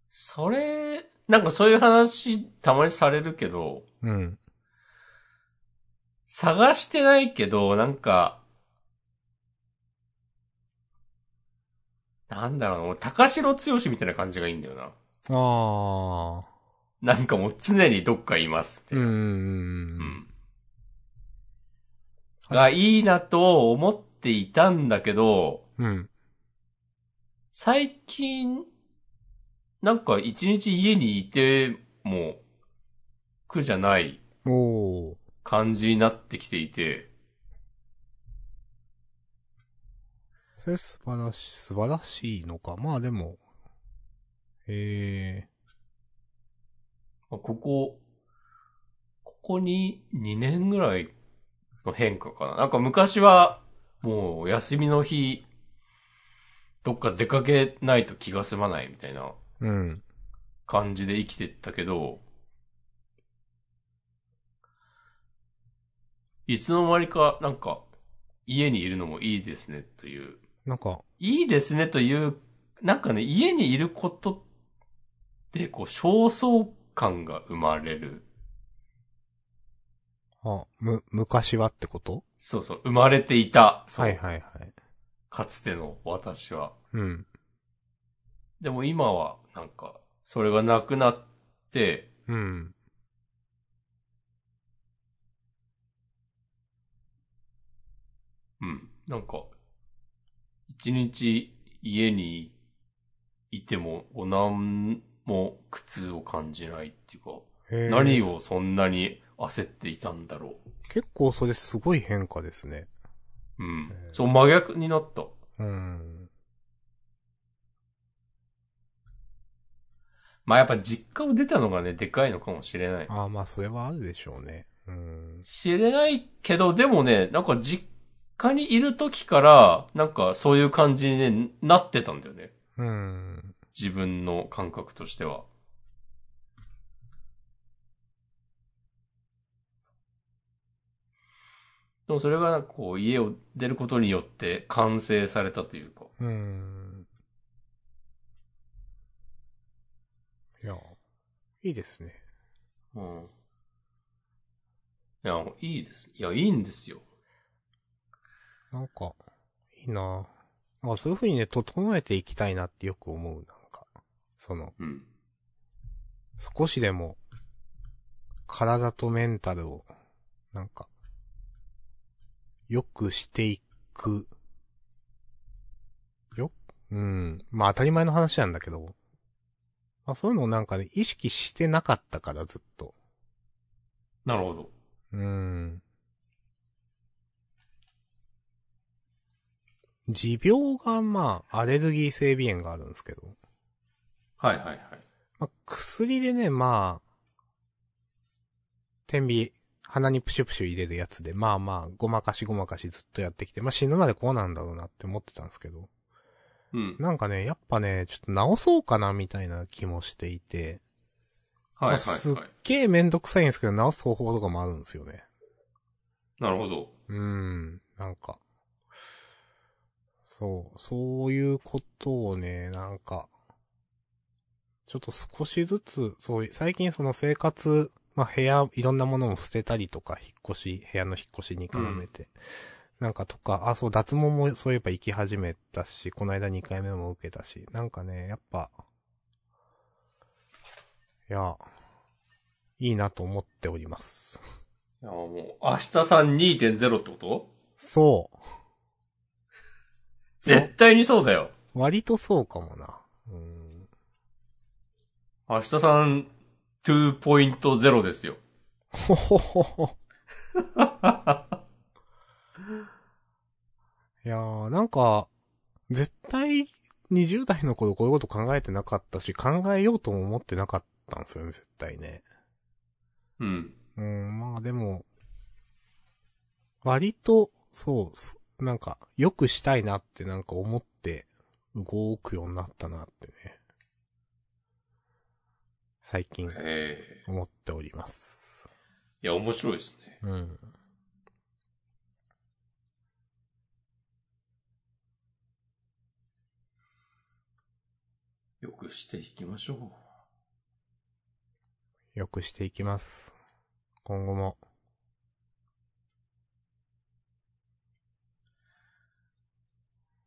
B: それ、なんかそういう話たまにされるけど、
A: うん。
B: 探してないけど、なんか、なんだろうな、もう高城強しみたいな感じがいいんだよな。
A: ああ。
B: なんかもう常にどっかいます
A: う
B: みたい
A: ん
B: な。
A: うん
B: う
A: うん。
B: ん。がいいなと思っていたんだけど、
A: うん。
B: 最近、なんか一日家にいても苦じゃない
A: おー。
B: 感じになってきていて、
A: それ素晴らしい、素晴らしいのか。まあでも、ええ
B: ここ、ここに2年ぐらいの変化かな。なんか昔は、もう休みの日、どっか出かけないと気が済まないみたいな
A: うん。
B: 感じで生きてったけど、いつの間にか、なんか、家にいるのもいいですね、という。
A: なんか、
B: いいですね、という、なんかね、家にいることって、こう、焦燥感が生まれる。
A: あ、む、昔はってこと
B: そうそう、生まれていた。そう
A: はいはいはい。
B: かつての私は。
A: うん。
B: でも今は、なんか、それがなくなって、
A: うん。
B: うん。なんか、一日家にいても、おなんも苦痛を感じないっていうか、
A: へー
B: 何をそんなに焦っていたんだろ
A: 結構それすごい変化ですね。
B: う。うん
A: へ。ー
B: そう、真逆になった。
A: うん。
B: まあやっぱ実家を出たのがね、でかいのかもしれない。
A: ああ、まあそれはあるでしょうね。うん。
B: 知れないけど、でもね、なんか実家にいる時から、なんかそういう感じに、ね、なってたんだよね。
A: ううん。
B: 自分の感覚としては。でもそれがなんかこう家を出ることによって完成されたというか。
A: うん。いや、いいですね。
B: うん。いや、いいです。いや、いいんですよ。
A: なんか、いいなあそういう風にね、整えていきたいなってよく思う、なんか。その、
B: うん。
A: 少しでも、体とメンタルを、なんか、良くしていく。ようん。まあ当たり前の話なんだけど。まあそういうのをなんかね、意識してなかったからずっと。
B: なるほど。
A: うん。持病がまあ、アレルギー性鼻炎があるんですけど。
B: はいはいはい。
A: まあ、薬でね、まあ、天秤、鼻にプシュプシュ入れるやつで、まあまあ、ごまかしごまかしずっとやってきて、まあ死ぬまでこうなんだろうなって思ってたんですけど、
B: うん。
A: なんかね、やっぱね、ちょっと直そうかなみたいな気もしていて、
B: はいは
A: ま
B: い
A: あすっ
B: はい。
A: げえめんどくさいんですけど、直す方法とかもあるんですよね。
B: なるほど。
A: うーん、なんか、そう、そういうことをね、なんか、ちょっと少しずつ、そういう、最近その生活、まあ部屋、いろんなものを捨てたりとか、引っ越し、部屋の引っ越しに絡めて、なんかとか、あ、そう、脱毛もそういえば行き始めたし、この間2回目も受けたし、なんかね、やっぱ、いや、いいなと思っております。
B: いや、もう、明日さん2.0ってこと
A: そう。そう
B: 絶対にそうだよ。
A: 割とそうかもな。うん。
B: 明日さん2.0ですよ。
A: ほほほほ。いやー、なんか、絶対20代の頃こういうこと考えてなかったし、考えようとも思ってなかったんですよね、絶対ね。
B: うん。
A: うん、まあでも、割と、そうす、なんか、良くしたいなってなんか思って、動くようになったなってね。最近、
B: へえ。
A: 思っております。
B: いや、面白いですね。
A: うん。
B: よくしていきましょう。
A: よくしていきます。今後も。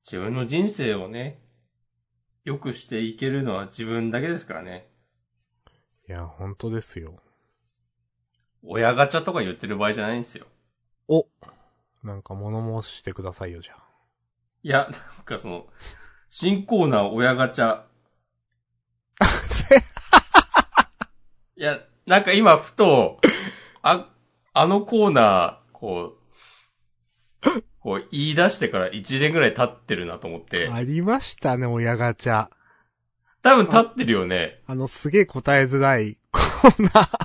B: 自分の人生をね、良くしていけるのは自分だけですからね。
A: いや、本当ですよ。
B: 親ガチャとか言ってる場合じゃないんですよ。
A: おなんか物申してくださいよ、じゃあ。
B: いや、なんかその、新コーナー親ガチャ。いや、なんか今ふと、あ、あのコーナー、こう、こう言い出してから1年ぐらい経ってるなと思っ て、
A: ありましたね、親ガチャ。
B: 多分経ってるよね。
A: あの、すげえ答えづらいコーナー。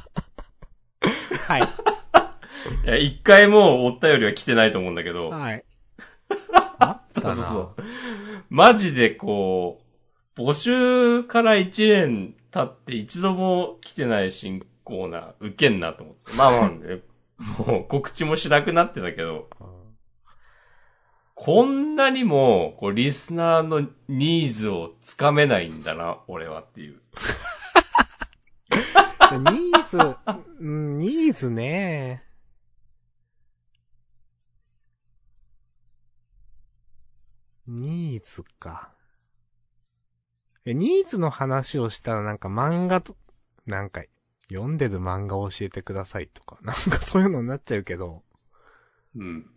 A: はい。
B: いや、一回もお便りは来てないと思うんだけど、
A: はい。 あったな。
B: そうそうマジでこう、募集から1年経って一度も来てない新コーナー、ウケんなと思って。まあまあ、ね、 もう告知もしなくなってたけど、
A: うん
B: こんなにも、こう、リスナーのニーズをつかめないんだな、俺はっていう。
A: でニーズ、うんニーズね。ニーズか。え、ニーズの話をしたらなんか漫画と、なんか読んでる漫画を教えてくださいとか、なんかそういうのになっちゃうけど、
B: うん。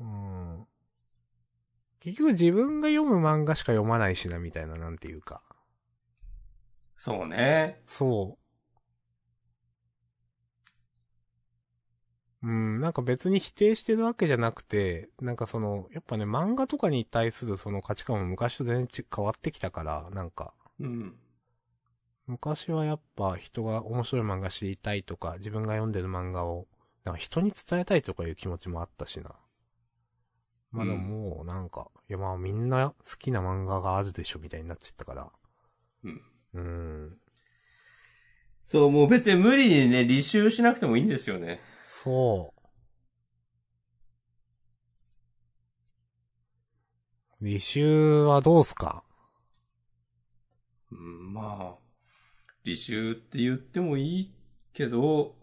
A: うん。結局自分が読む漫画しか読まないしな、みたいな、なんていうか。
B: そうね。
A: そう。うん、なんか別に否定してるわけじゃなくて、なんかその、やっぱね、漫画とかに対するその価値観も昔と全然ち変わってきたから、なんか、
B: うん。
A: 昔はやっぱ人が面白い漫画知りたいとか、自分が読んでる漫画を、なんか人に伝えたいとかいう気持ちもあったしな。まあでももうなんか、いやまあみんな好きな漫画があるでしょみたいになっちゃったから。
B: うん。
A: うん。
B: そう、もう別に無理にね、履修しなくてもいいんですよね。
A: そう。履修はどうすか
B: うん、まあ、履修って言ってもいいけ ど、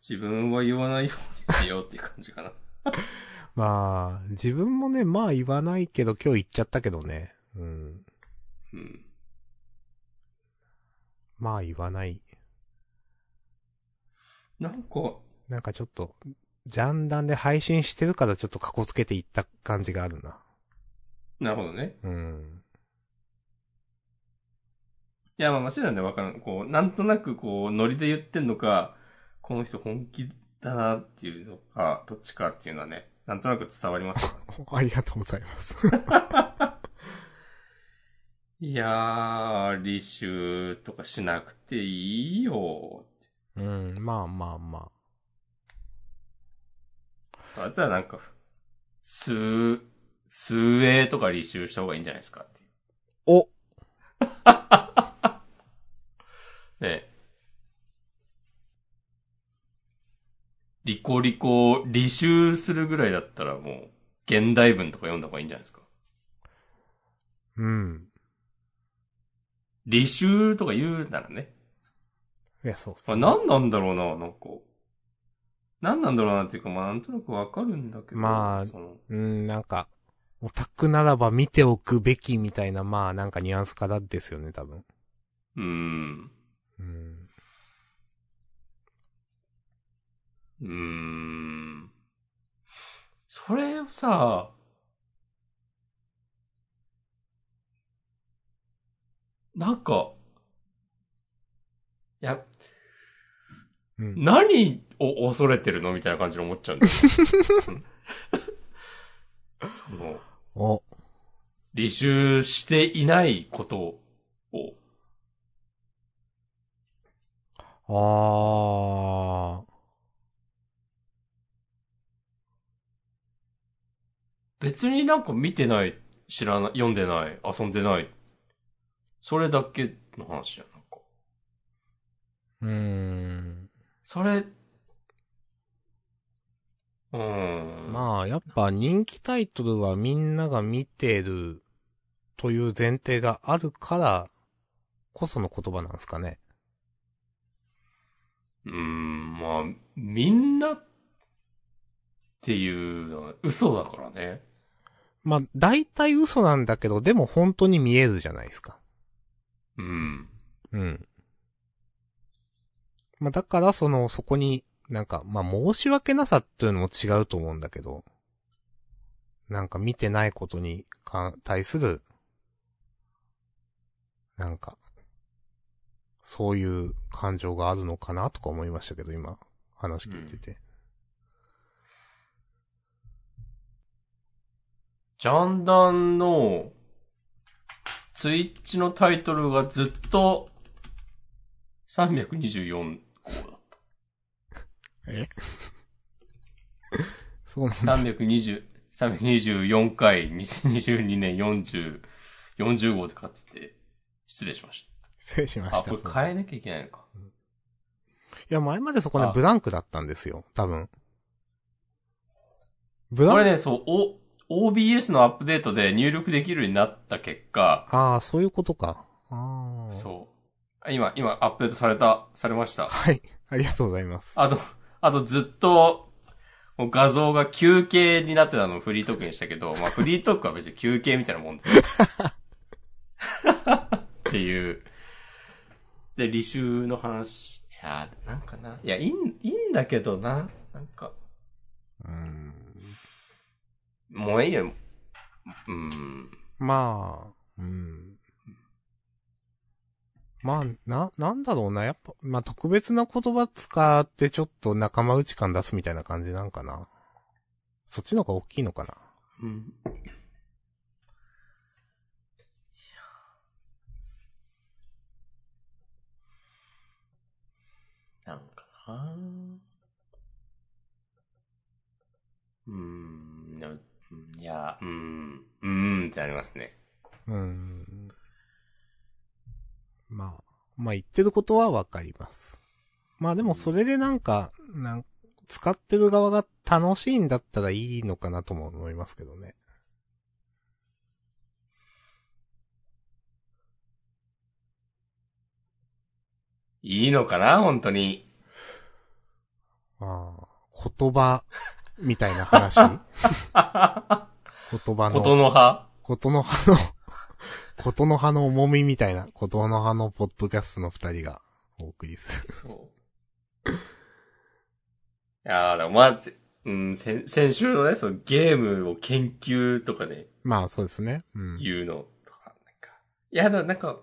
B: 自分は言わないようにしようっていう感じかな。
A: まあ、自分もね、まあ言わないけど今日言っちゃったけどね。うん。
B: うん。
A: まあ言わない。
B: なんか、
A: なんかちょっと、ジャンダンで配信してるからちょっとかこつけていった感じがあるな。
B: なるほどね。
A: うん。
B: いや、まあ間違いなんでわからん。こう、なんとなくこう、ノリで言ってんのか、この人本気だなっていうのか、どっちかっていうのはね、なんとなく伝わりました。
A: ありがとうございます。
B: いやー、履修とかしなくていいよ
A: うん、まあまあまあ。
B: あとはなんか、数、数英とか履修した方がいいんじゃないですかってい
A: お
B: う。 ねえリコリコ、履修するぐらいだったらもう、現代文とか読んだ方がいいんじゃないですか。
A: うん。
B: 履修とか言うならね。
A: いや、そう
B: ま
A: そ
B: あ、
A: う。
B: 何なんだろうな、なんか。何なんだろうなっていうか、まあ、なんとなくわかるんだけど。
A: まあ
B: その
A: うん、なんか、オタクならば見ておくべきみたいな、まあなんかニュアンスからですよね、多分。
B: うーん。
A: うん。
B: うーん。それをさ、なんか、いや、
A: うん。
B: 何を恐れてるのみたいな感じで思っちゃうんだよ。その、
A: お、
B: 履修していないことを、
A: あ
B: 別になんか見てない、知らない、読んでない、遊んでない。それだけの話じゃん、なんか。
A: ー。うーん。
B: それ、うーん。
A: まあ、やっぱ人気タイトルはみんなが見てるという前提があるからこその言葉なんですかね。
B: うーん、まあ、みんなっていうのは嘘だからね。
A: まあ、大体嘘なんだけど、でも本当に見えるじゃないですか。
B: うん。
A: うん。まあ、だから、その、そこに、なんか、まあ、申し訳なさっていうのも違うと思うんだけど、なんか見てないことにか、対する、なんか、そういう感情があるのかなとか思いましたけど、今、話聞いてて。
B: ジャンダンのツイッチのタイトルがずっと324個だっ
A: えそうなん
B: た。320、324回、2022年40、40号って書いてて、失礼しまし
A: 失礼しま
B: た。あ、
A: した。
B: これ変えなきゃいけないのか。
A: いや、前までそこね
B: あ、
A: ブランクだったんですよ、多分。ブラン
B: こ
A: ク
B: れね、そう、お、OBS のアップデートで入力できるようになった結果、
A: ああ、そういうことか。ああ。
B: そう。あ今、今、アップデートされた、されました。
A: はい。ありがとうございます。
B: あと、あとずっと、もう画像が休憩になってたのをフリートークにしたけど、まあフリートークは別に休憩みたいなもんで。っていう。で、履修の話。いやー、なんかな。いや、いいん、いいんだけどな。なんか、
A: うん。
B: もういいよ。うん。
A: まあ、うん。まあ、な、なんだろうな。やっぱ、まあ特別な言葉使ってちょっと仲間内感出すみたいな感じなんかな。そっちの方が大きいのかな。
B: うん。なんかなうーん、でもや、うーん、うーんってなりますね。
A: うん。まあ、まあ言ってることはわかります。まあでもそれでなんか、なん使ってる側が楽しいんだったらいいのかなとも思いますけどね。
B: いいのかな本当に。
A: ああ、言葉、みたいな 話言葉の。
B: ことの葉
A: ことの葉の、 ことの葉の重みみたいな、ことの葉のポッドキャストの二人がお送りする。
B: そう。いやー、でもまあ、ぜうん、先先週のね、そのゲームを研究とかで、
A: まあそうですね。うん。
B: 言うのとか、なんか。いや、でもなんか、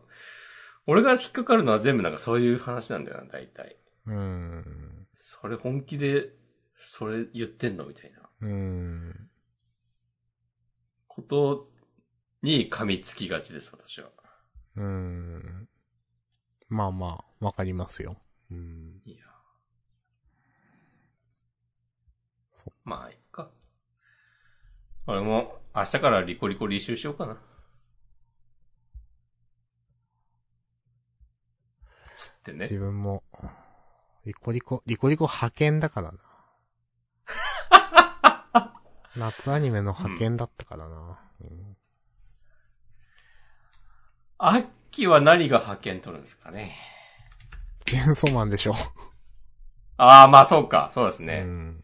B: 俺が引っかかるのは全部なんかそういう話なんだよな、大体。
A: うん。
B: それ本気で、それ言ってんのみたいな
A: うん。
B: ことに噛みつきがちです、私は。
A: うん。まあまあ、わかりますよ。うん。
B: いや。
A: そ
B: まあ、いっか。俺も、明日からリコリコ履修しようかな。つってね
A: 自。分も、リコリコ、リコリコ派遣だ からな。夏アニメの派遣だったからな。うん
B: 秋は何が派遣取るんですかね。
A: チェーンソーマンでしょ。
B: ああ、まあそうか。そうですね。
A: うん。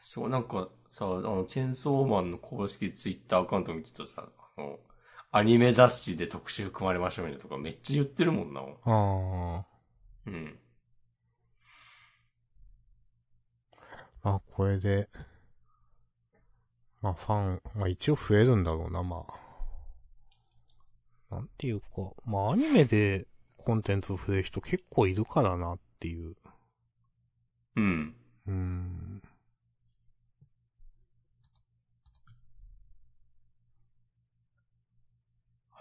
B: そう、なんかさ、あの、チェーンソーマンの公式ツイッターアカウント見てたらさ、あの、アニメ雑誌で特集組まれましょうみたいなとかめっちゃ言ってるもんな。
A: ああ。
B: うん。
A: まあ、これで、まあ、ファン、まあ、一応増えるんだろうな、まあ。なんていうか、まあ、アニメでコンテンツを触れる人結構いるからなっていう。
B: うん。
A: うーん。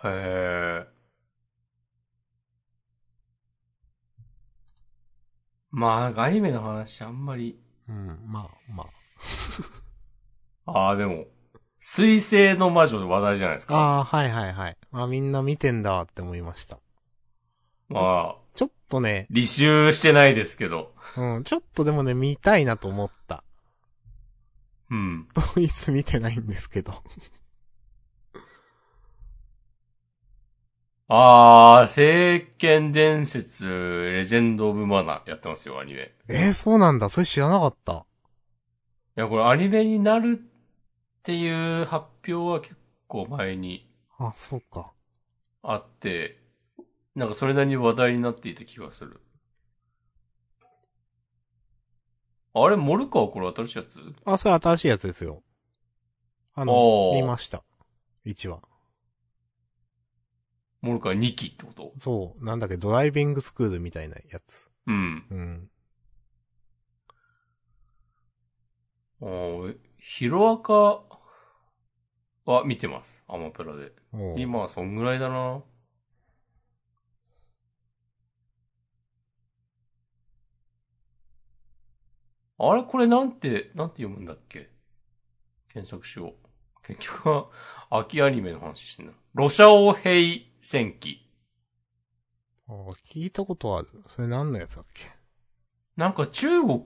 B: へえ。まあ、なんかアニメの話あんまり。
A: うん、まあ、ま
B: ああ、でも、水星の魔女の話題じゃないです
A: あ。
B: か。
A: ああ、はいはいはい。まあ、みんな見てんだって思いました。
B: まあ、
A: ちょっとね、
B: 履修してないですけど。
A: うん、ちょっとでもね、見たいなと思った。
B: うん。
A: トイス見てないんですけど。
B: ああ、聖剣伝説、レジェンド・オブ・マナーやってますよ、アニメ。
A: えー、そうなんだ。それ知らなかった。
B: いや、これアニメになるっていう発表は結構前に
A: あ、そうか。
B: あって、なんかそれなりに話題になっていた気がする。あれ、モルカーこれ新しいやつ
A: あ、それ新しいやつですよ。あの、
B: おー
A: 見ました。1話。
B: モルカー2期ってこと
A: そう、なんだっけ、ドライビングスクールみたいなやつ。
B: うん。
A: うん。
B: あーヒロアカは見てます。アマプラで。
A: おう
B: 今はそんぐらいだな。あれこれなんて、なんて読むんだっけ検索しよう。結局は、秋アニメの話してんな。ロシャオヘイ戦記。
A: あ聞いたことある。それ何のやつだっけ
B: なんか中国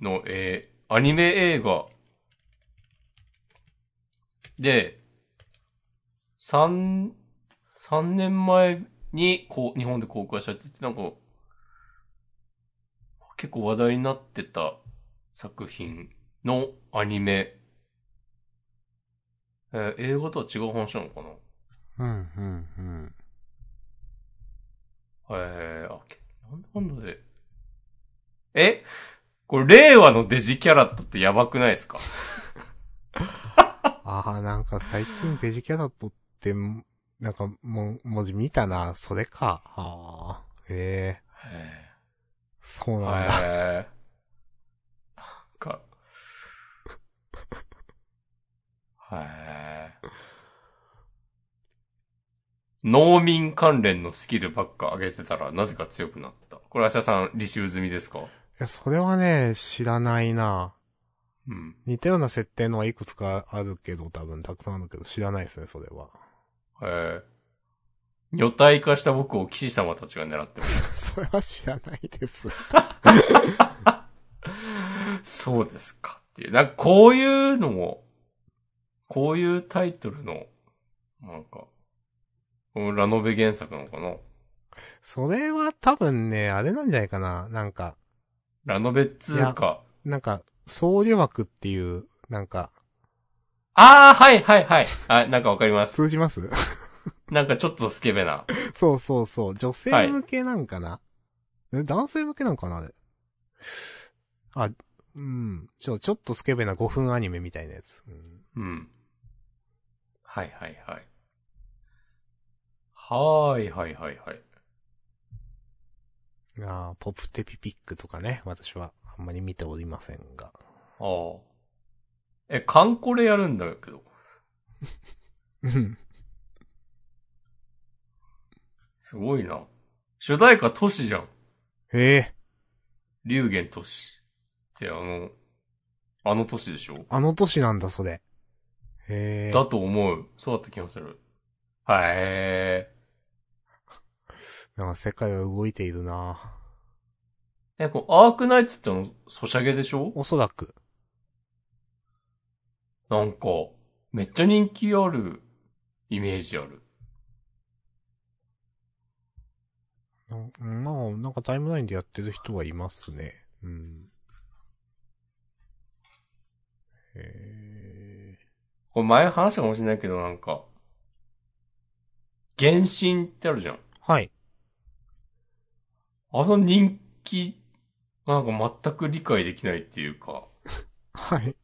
B: の、えーアニメ映画で、3、3年前にこう日本で公開されてて、なんか、結構話題になってた作品のアニメ。えー映画とは違う話なのかな
A: うん、うん、うん。
B: えー、あ、けなんだかんだで。えこれ、令和のデジキャラットってやばくないですか
A: ああ、なんか最近デジキャラとって、なんかもう、文字見たな。それか。ああ。ええ
B: え
A: そう
B: ー
A: なんだ。
B: えーなんか。えー農民関連のスキルばっか上げてたらなぜか強くなった。これ、アシャさん、履修済みですか
A: いや、それはね、知らないな。
B: ううん。
A: 似たような設定のはいくつかあるけど、多分たくさんあるけど、知らないですね、それは。
B: ええ女体化した僕を騎士様たちが狙ってます。
A: それは知らないです。
B: そうですかっていう。なんかこういうのも、こういうタイトルの、なんか、うんラノベ原作なのかな
A: それは多分ね、あれなんじゃないかな。なんか、
B: ラノベっつうか。
A: なんか、僧侶枠っていう、なんか、
B: ああ、はいはいはい。あ、なんかわかります。
A: 通じます
B: なんかちょっとスケベな。
A: そうそうそう。女性向けなんかな、え男性向けなんかなあれ。あ、うん。ちょ、ちょっとスケベな5分アニメみたいなやつ。うん
B: うん。はいはいはい。はーいはいはいはい。
A: ああ、ポプテピピックとかね、私はあんまり見ておりませんが。
B: ああ。え、カンコレやるんだけど。
A: うん。
B: すごいな。主題歌都市じゃん。
A: へえ、
B: 龍玄都市。ってあの、あの都市でしょ
A: あの年なんだ、それ。へえ。
B: だと思う。そうだった気がする。はい、え
A: なんか世界は動いているな
B: ー。え、このアークナイツってあの、ソシャゲでしょ
A: おそらく。
B: なんか、めっちゃ人気あるイメージある。
A: うんまあ、なんかタイムラインでやってる人はいますね。うん。へ
B: これ前話したかもしれないけど、なんか、原神ってあるじゃん。
A: ーはい。
B: あの人気、なんか全く理解できないっていうか、
A: はい。
B: い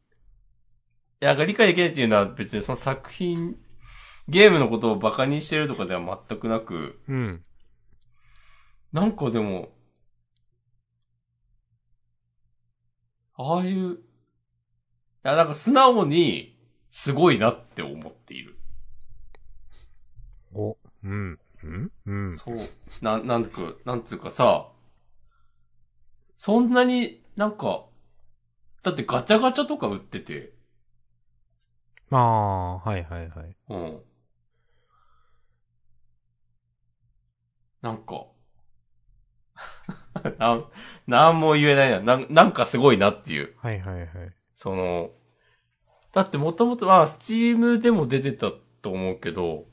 B: や、なんか理解できないっていうのは別にその作品、ゲームのことをバカにしてるとかでは全くなく、
A: うん。
B: なんかでも、ああいう、いや、なんか素直に、すごいなって思っている。
A: お、うん、うん、うん。
B: そう。な、なんつうか、なんつうかさ、そんなになんか、だってガチャガチャとか売ってて、
A: まあ、はいはいはい。
B: うん。なんか、 なん、なんも言えないな。なん、なんかすごいなっていう。
A: はいはいはい。
B: その、だってもともと、まあ、スチームでも出てたと思うけど、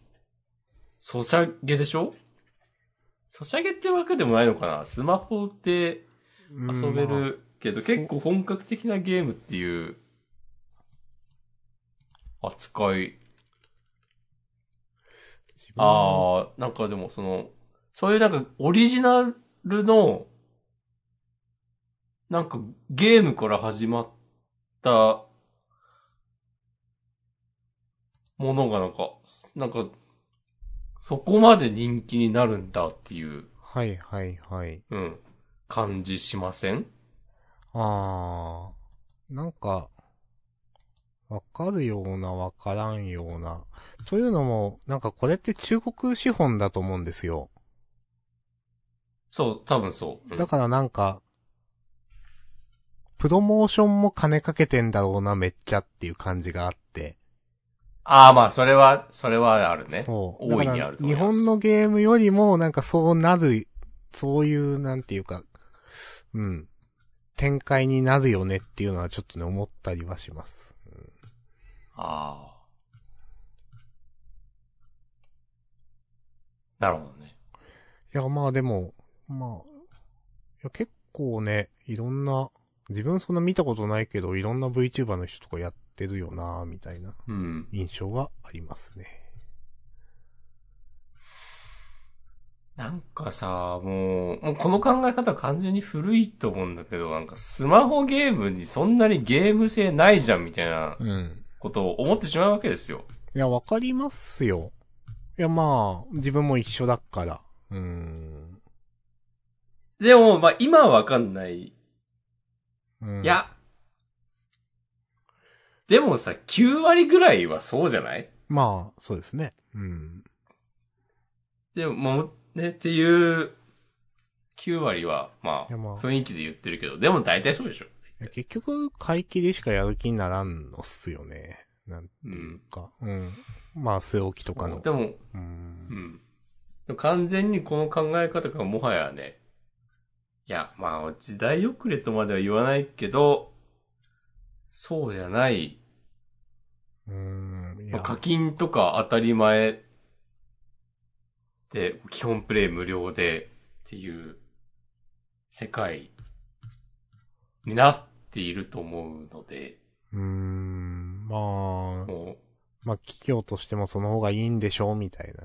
B: ソシャゲでしょソシャゲってわけでもないのかなスマホで
A: うん
B: 遊べ
A: まあ
B: るけど、
A: そう
B: 結構本格的なゲームっていう扱い。
A: 自分の
B: ああ、なんかでもその、そういうなんかオリジナルの、なんかゲームから始まったものがなんか、なんか、そこまで人気になるんだっていう、
A: はいはいはい。
B: うん、感じしません
A: あー、なんか、わかるような、わからんような。というのも、なんかこれって中国資本だと思うんですよ。
B: そう、多分そう。うん
A: だからなんか、プロモーションも金かけてんだろうな、めっちゃっていう感じがあって。
B: ああ、まあ、それは、それはあるね。
A: そう。
B: 大いにあると思い
A: 日
B: ます
A: 本のゲームよりも、なんかそうなる、そういう、なんていうか、うん。展開になるよねっていうのはちょっとね、思ったりはします。
B: ああ。なるほどね。
A: いや、まあでも、まあ、いや結構ね、いろんな、自分そんな見たことないけど、いろんな VTuber の人とかやってるよなみたいな
B: うん。
A: 印象はありますね。
B: なんかさ、もう、もうこの考え方完全に古いと思うんだけど、なんかスマホゲームにそんなにゲーム性ないじゃんみたいな
A: うん。
B: ことを思ってしまうわけですよ。
A: いや、わかりますよ。いや、まあ、自分も一緒だから。うーん。
B: でも、まあ今はわかんない。
A: うん、
B: い。や。でもさ、9割ぐらいはそうじゃない
A: まあ、そうですね。うん。
B: でも、まあ、ね、っていう、9割は、ま
A: い
B: あ、
A: やまあ
B: 雰囲気で言ってるけど、でも大体そうでしょ。
A: や結局、回帰でしかやる気にならんのっすよね。なん
B: うん。
A: か、うん。まあ、据え置きとかの。
B: でも、
A: う。
B: うんん。でも完全にこの考え方がもはやね、いや、まあ、時代遅れとまでは言わないけど、そうじゃない。
A: うん。い
B: まあ
A: や、
B: 課金とか当たり前で、基本プレイ無料でっていう世界になっていると思うので、
A: うん。まあ、
B: も
A: まあ、企業としてもその方がいいんでしょうみたいな。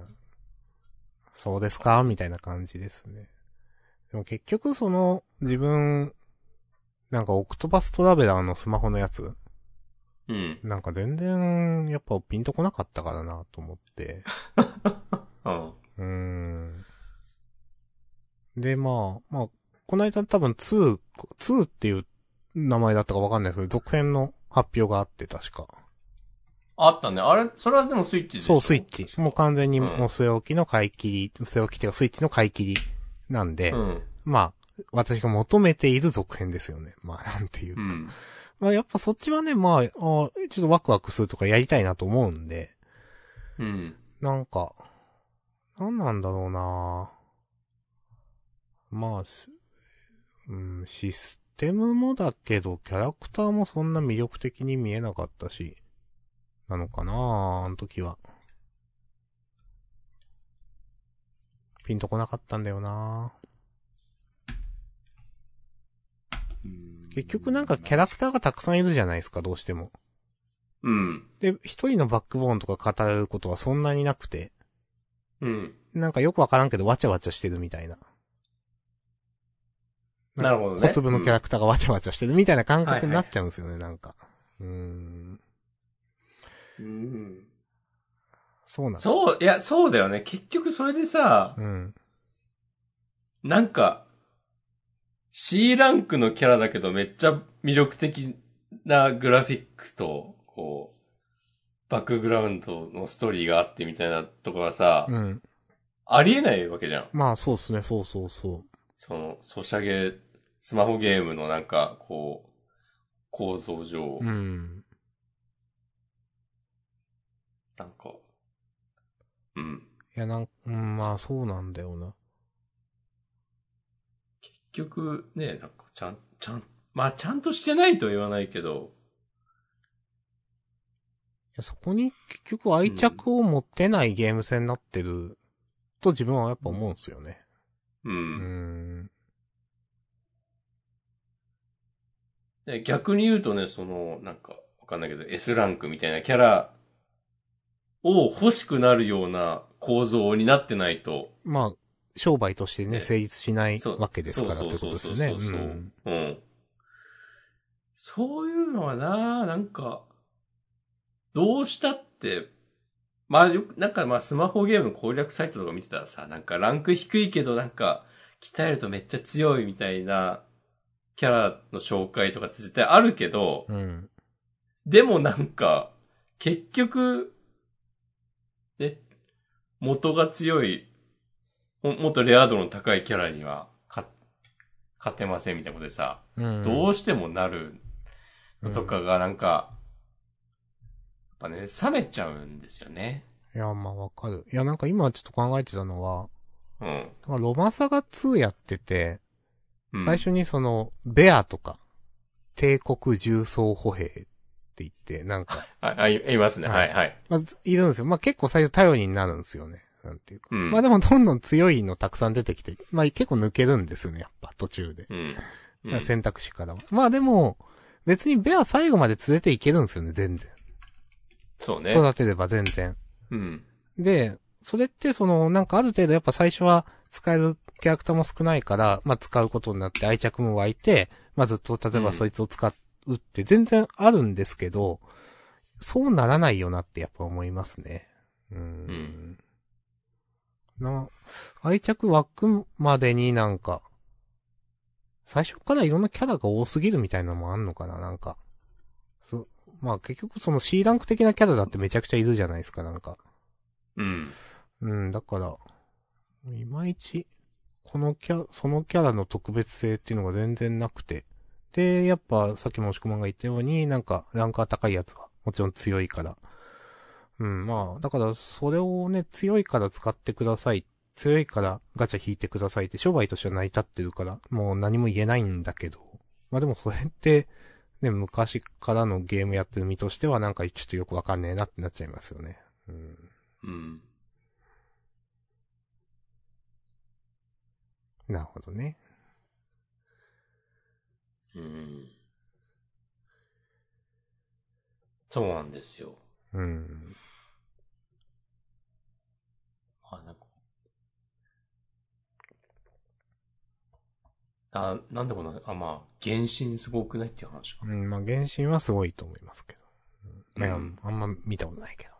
A: そうですかみたいな感じですね。でも結局その、自分、なんかオクトパストラベラーのスマホのやつ、
B: う、うん。
A: なんか全然、やっぱピンとこなかったからなと思って。
B: うん。
A: うーん。で、まあ、まあ、この間多分2、2っていう名前だったかわかんないですけど、続編の発表があって確か。
B: あったね。あれそれはでもスイッチでしょ
A: そう、スイッチ。もう完全に
B: うん
A: もう据え置きの買い切り、据え置きっていうかスイッチの買い切りなんで、
B: うん。
A: まあ、私が求めている続編ですよね。まあ、なんていう。
B: うん。
A: まあ、やっぱそっちはね、まあ、あーちょっとワクワクするとかやりたいなと思うんで、
B: うん。
A: なんか、なんなんだろうなまあ、しうん、システムもだけど、キャラクターもそんな魅力的に見えなかったし、なのかなあの時は。ピンとこなかったんだよな結局なんかキャラクターがたくさんいるじゃないですか、どうしても。
B: うん。
A: で、一人のバックボーンとか語れることはそんなになくて、
B: うん。
A: なんかよくわからんけど、わちゃわちゃしてるみたいな。
B: なるほどね
A: 小粒のキャラクターがわちゃわちゃしてるみたいな感覚になっちゃうんですよね、なんか。うーん。
B: うん。
A: そうなんだ。
B: そう、いや、そうだよね。結局それでさ、
A: うん。
B: なんか、C ランクのキャラだけどめっちゃ魅力的なグラフィックと、こう、バックグラウンドのストーリーがあってみたいなとこはさ、
A: うん。
B: ありえないわけじゃん。
A: まあ、そうっすね、そうそうそ
B: その、ソシャゲ、スマホゲームのなんか、こう、構造上、
A: う。うん。
B: なんか、うん。
A: いや、なん、うん、まあ、そうなんだよな。
B: 結局ね、なんかちゃん、ちゃん、まあちゃんとしてないとは言わないけど、
A: いやそこに結局愛着を持ってないゲーム性になってると自分はやっぱ思うんすよね。
B: う。
A: うんん。
B: で逆に言うとね、その、なんか、わかんないけど、S ランクみたいなキャラを欲しくなるような構造になってないと、
A: まあ、商売としてね、
B: ね
A: 成立しない
B: そう
A: わけですからっ
B: そう
A: て
B: そう
A: こ
B: そ
A: と
B: う
A: ですよね。。
B: そうそううそうんうん。そういうのはな、なんか、どうしたって、まあよく、なんかまあスマホゲームの攻略サイトとか見てたらさ、なんかランク低いけどなんか、鍛えるとめっちゃ強いみたいな、キャラの紹介とかって絶対あるけど、
A: うん。
B: でもなんか、結局、ね、元が強い、ももっとレア度の高いキャラには、か、勝てませんみたいなことでさ、
A: うん。
B: どうしてもなるのとかがなんか、やっぱね、冷めちゃうんですよね。
A: いや、まあわかる。いや、なんか今ちょっと考えてたのは、
B: うん。
A: なんかロマサガ2やってて、
B: うん
A: 最初にその、ベアとか、帝国重装歩兵って言って、なん か、
B: あ、あ、いいますね。
A: は
B: はいい、はい。
A: まあ、いるんですよ。まあ結構最初頼りになるんですよね。なんていうか。
B: うん。
A: まあでもどんどん強いのたくさん出てきて、まあ結構抜けるんですよね、やっぱ途中で。
B: うん。うん
A: だから選択肢からは。まあでも、別にベア最後まで連れていけるんですよね、全然。
B: そうね。
A: 育てれば全然。
B: うん。
A: で、それってその、なんかある程度やっぱ最初は使えるキャラクターも少ないから、まあ使うことになって愛着も湧いて、まあずっと例えばそいつを使うって全然あるんですけど、そうならないよなってやっぱ思いますね。うーん。な、愛着湧くまでになんか、最初からいろんなキャラが多すぎるみたいなのもあんのかな、なんか。そう、まあ結局その C ランク的なキャラだってめちゃくちゃいるじゃないですか、なんか。
B: うん。
A: うん、だから、いまいち、このキャ、そのキャラの特別性っていうのが全然なくて、で、やっぱ、さっきも押し込まんが言ったように、なんか、ランカー高いやつは、もちろん強いから。うん、まあ、だから、それをね、強いから使ってください。強いからガチャ引いてくださいって商売としては成り立ってるから、もう何も言えないんだけど。まあでもそれって、ね、昔からのゲームやってる身としてはなんかちょっとよくわかんねえなってなっちゃいますよね。うん。
B: うん。
A: なるほどね。
B: うん。そうなんですよ。
A: うん。
B: まあ、なんか。あ、なんでこんな、あ、まあ、原神すごくないっていう話か
A: う。ん、まあ原神はすごいと思いますけど。
B: う
A: うんん、あんま見たことないけど。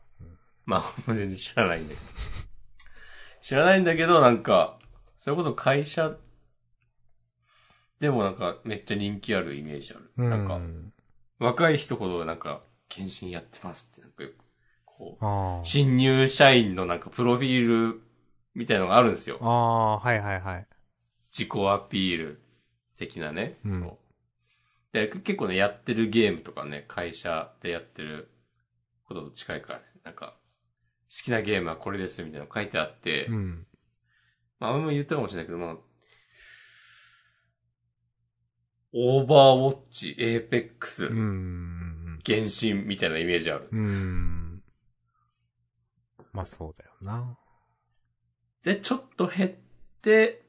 B: まあ、全然知らないんだけど。知らないんだけど、なんか、それこそ会社でもなんか、めっちゃ人気あるイメージある。
A: う
B: なんか、
A: ん。
B: 若い人ほどなんか、検診やってますって、なんかよく、こう、
A: ああ。
B: 新入社員のなんか、プロフィールみたいのがあるんですよ。
A: ああー、はいはいはい。
B: 自己アピール的なね。
A: うん
B: そうでけ結構ね、やってるゲームとかね、会社でやってることと近いからね、なんか、好きなゲームはこれですみたいなの書いてあって、
A: うん。
B: まあ、あんま言ったかもしれないけど、まあ、オーバーウォッチ、エーペックス、
A: うん。
B: 原神みたいなイメージある。
A: うん。まあそうだよな。
B: で、ちょっと減って、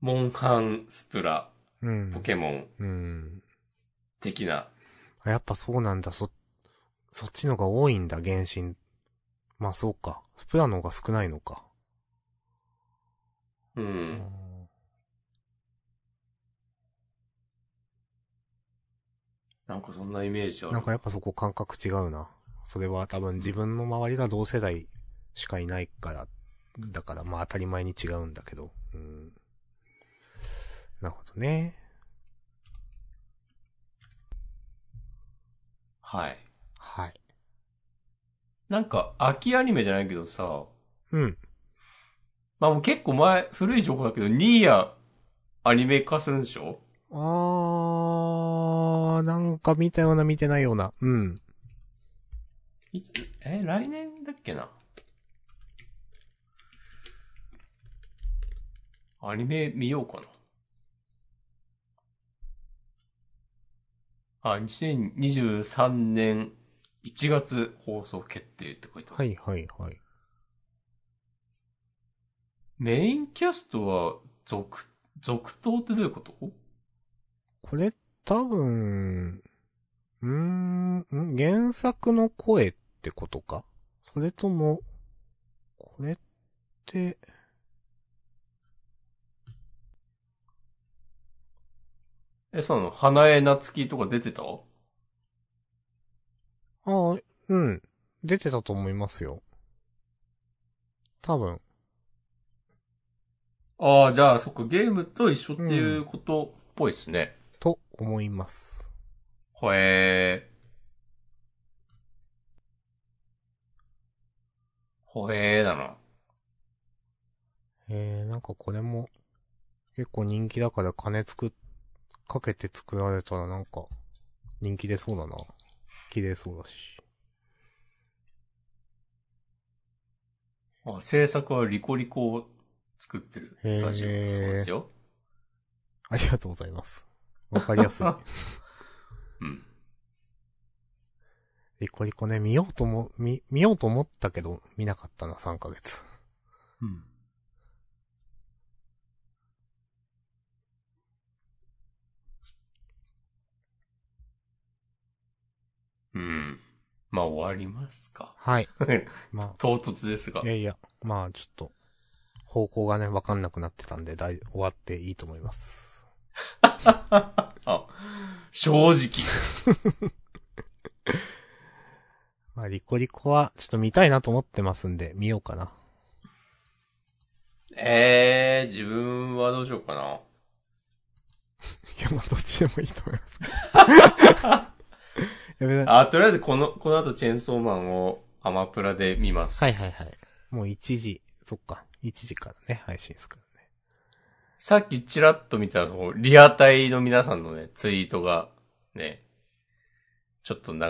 B: モンハン、スプラ、
A: うん。
B: ポケモン
A: うん。
B: 的な。
A: やっぱそうなんだ、そ、そっちのが多いんだ、原神。まあそうか。スプラの方が少ないのか。
B: うん。なんかそんなイメージある。
A: なんかやっぱそこ感覚違うな。それは多分自分の周りが同世代しかいないから、だからまあ当たり前に違うんだけど。うん。なるほどね。
B: はい。
A: はい。
B: なんか、秋アニメじゃないけどさ、
A: うん。
B: まあもう結構前、古い情報だけど、ニーヤ、アニメ化するんでしょ
A: あー、なんか見たような見てないような。うん。
B: いつ、え、来年だっけなアニメ見ようかな。あ、2023年1月放送決定って書いてある。
A: はいはいはい。
B: メインキャストは続、続投ってどういうこと
A: これ、多分、うーん、ん原作の声ってことかそれとも、これって、
B: え、その、花江夏樹とか出てた
A: ああ、うん。出てたと思いますよ。多分。
B: ああ、じゃあ、そっか、ゲームと一緒っていうことっぽいですね。
A: と思います。
B: こえー。ほえーだな。
A: えー、なんかこれも、結構人気だから金作っ、かけて作られたらなんか、人気出そうだな。綺麗そうだし。
B: あ、制作はリコリコを作ってるスタジオだ
A: へー
B: そうですよ。
A: ありがとうございます。わかりや すい。
B: うん。
A: リコリコね、見ようとも、見、見ようと思ったけど、見なかったな、3ヶ月。
B: うん。うん。まあ、終わりますか。
A: はい。ま
B: 唐突ですが
A: あ、い。やいや、まあ、ちょっと、方向がね、わかんなくなってたんで、だい、終わっていいと思います。
B: あ、正直。
A: まあ、リコリコは、ちょっと見たいなと思ってますんで、見ようかな。
B: えー、自分はどうしようかな。
A: いや、まあ、どっちでもいいと思いますけど。 やべえな。
B: あ、とりあえずこの、この後チェーンソーマンをアマプラで見ます。
A: はいはいはい。もう1時、そっか、1時からね、配信ですからね。
B: さっきちらっと見た、こうリアタイの皆さんのね、ツイートが、ね、ちょっと流、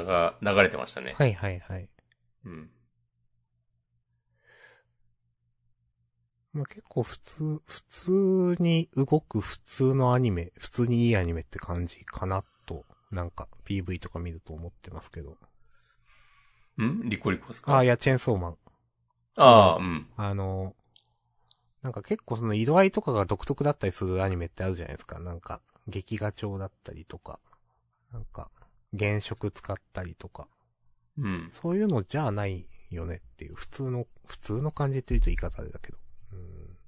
B: 流れてましたね。
A: はいはいはい。
B: うん。
A: まあ、結構普通、普通に動く普通のアニメ、普通にいいアニメって感じかなと、なんか PV とか見ると思ってますけど。
B: んリコリコですか
A: ああ、いや、チェーンソーマン。
B: ああ、うん。
A: あの、なんか結構その色合いとかが独特だったりするアニメってあるじゃないですか。なんか、劇画調だったりとか、なんか、原色使ったりとか。
B: うん。
A: そういうのじゃないよねっていう、普通の、普通の感じって言うと言い方あれだけど。うん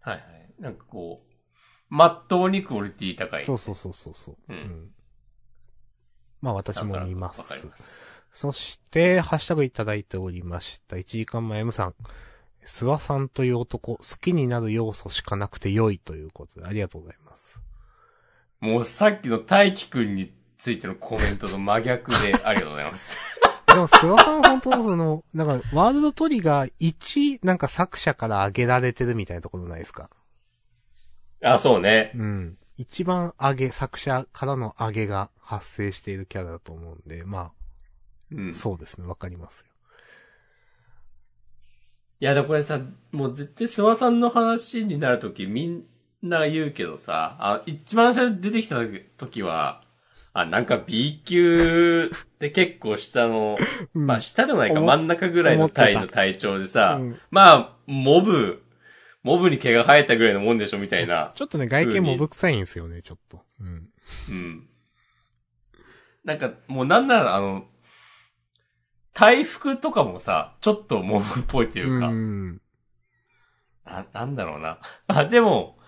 B: はいはい。なんかこう、まっとうにクオリティ高い。
A: そうそうそうそうそう。
B: うん
A: まあ私も
B: なんとなく
A: 見ます
B: わ。かります。
A: そして、ハッシュタグいただいておりました。1時間前 M さん。諏訪さんという男、好きになる要素しかなくて良いということで、ありがとうございます。
B: もうさっきの大輝くんについてのコメントと真逆でありがとうござい ます。
A: でも、諏訪さん本当その、なんか、ワールドトリガー1、なんか作者から挙げられてるみたいなところないですか
B: あ、そうね。
A: うん。一番上げ、作者からの上げが発生しているキャラだと思うんで、ま
B: うん。
A: あ、そうですね、わかりますよ。
B: いや、でもこれさ、もう絶対諏訪さんの話になるときみんな言うけどさ、あ、一番最初に出てきたときは、あ、なんか B 級で結構下の、
A: うん
B: まあ下でもないか
A: 思っ
B: 真ん中ぐらいのタイ
A: 思っ
B: の
A: て
B: 体調でさ、
A: うん
B: まあ、モブ、モブに毛が生えたぐらいのもんでしょみたいな。
A: ちょっとね、外見もぶ臭いんですよね、ちょっと。うん。
B: うん。なんか、もうなんならあの、体服とかもさ、ちょっとモブっぽいというか、
A: うん。
B: な、なんだろうな。あ、でも、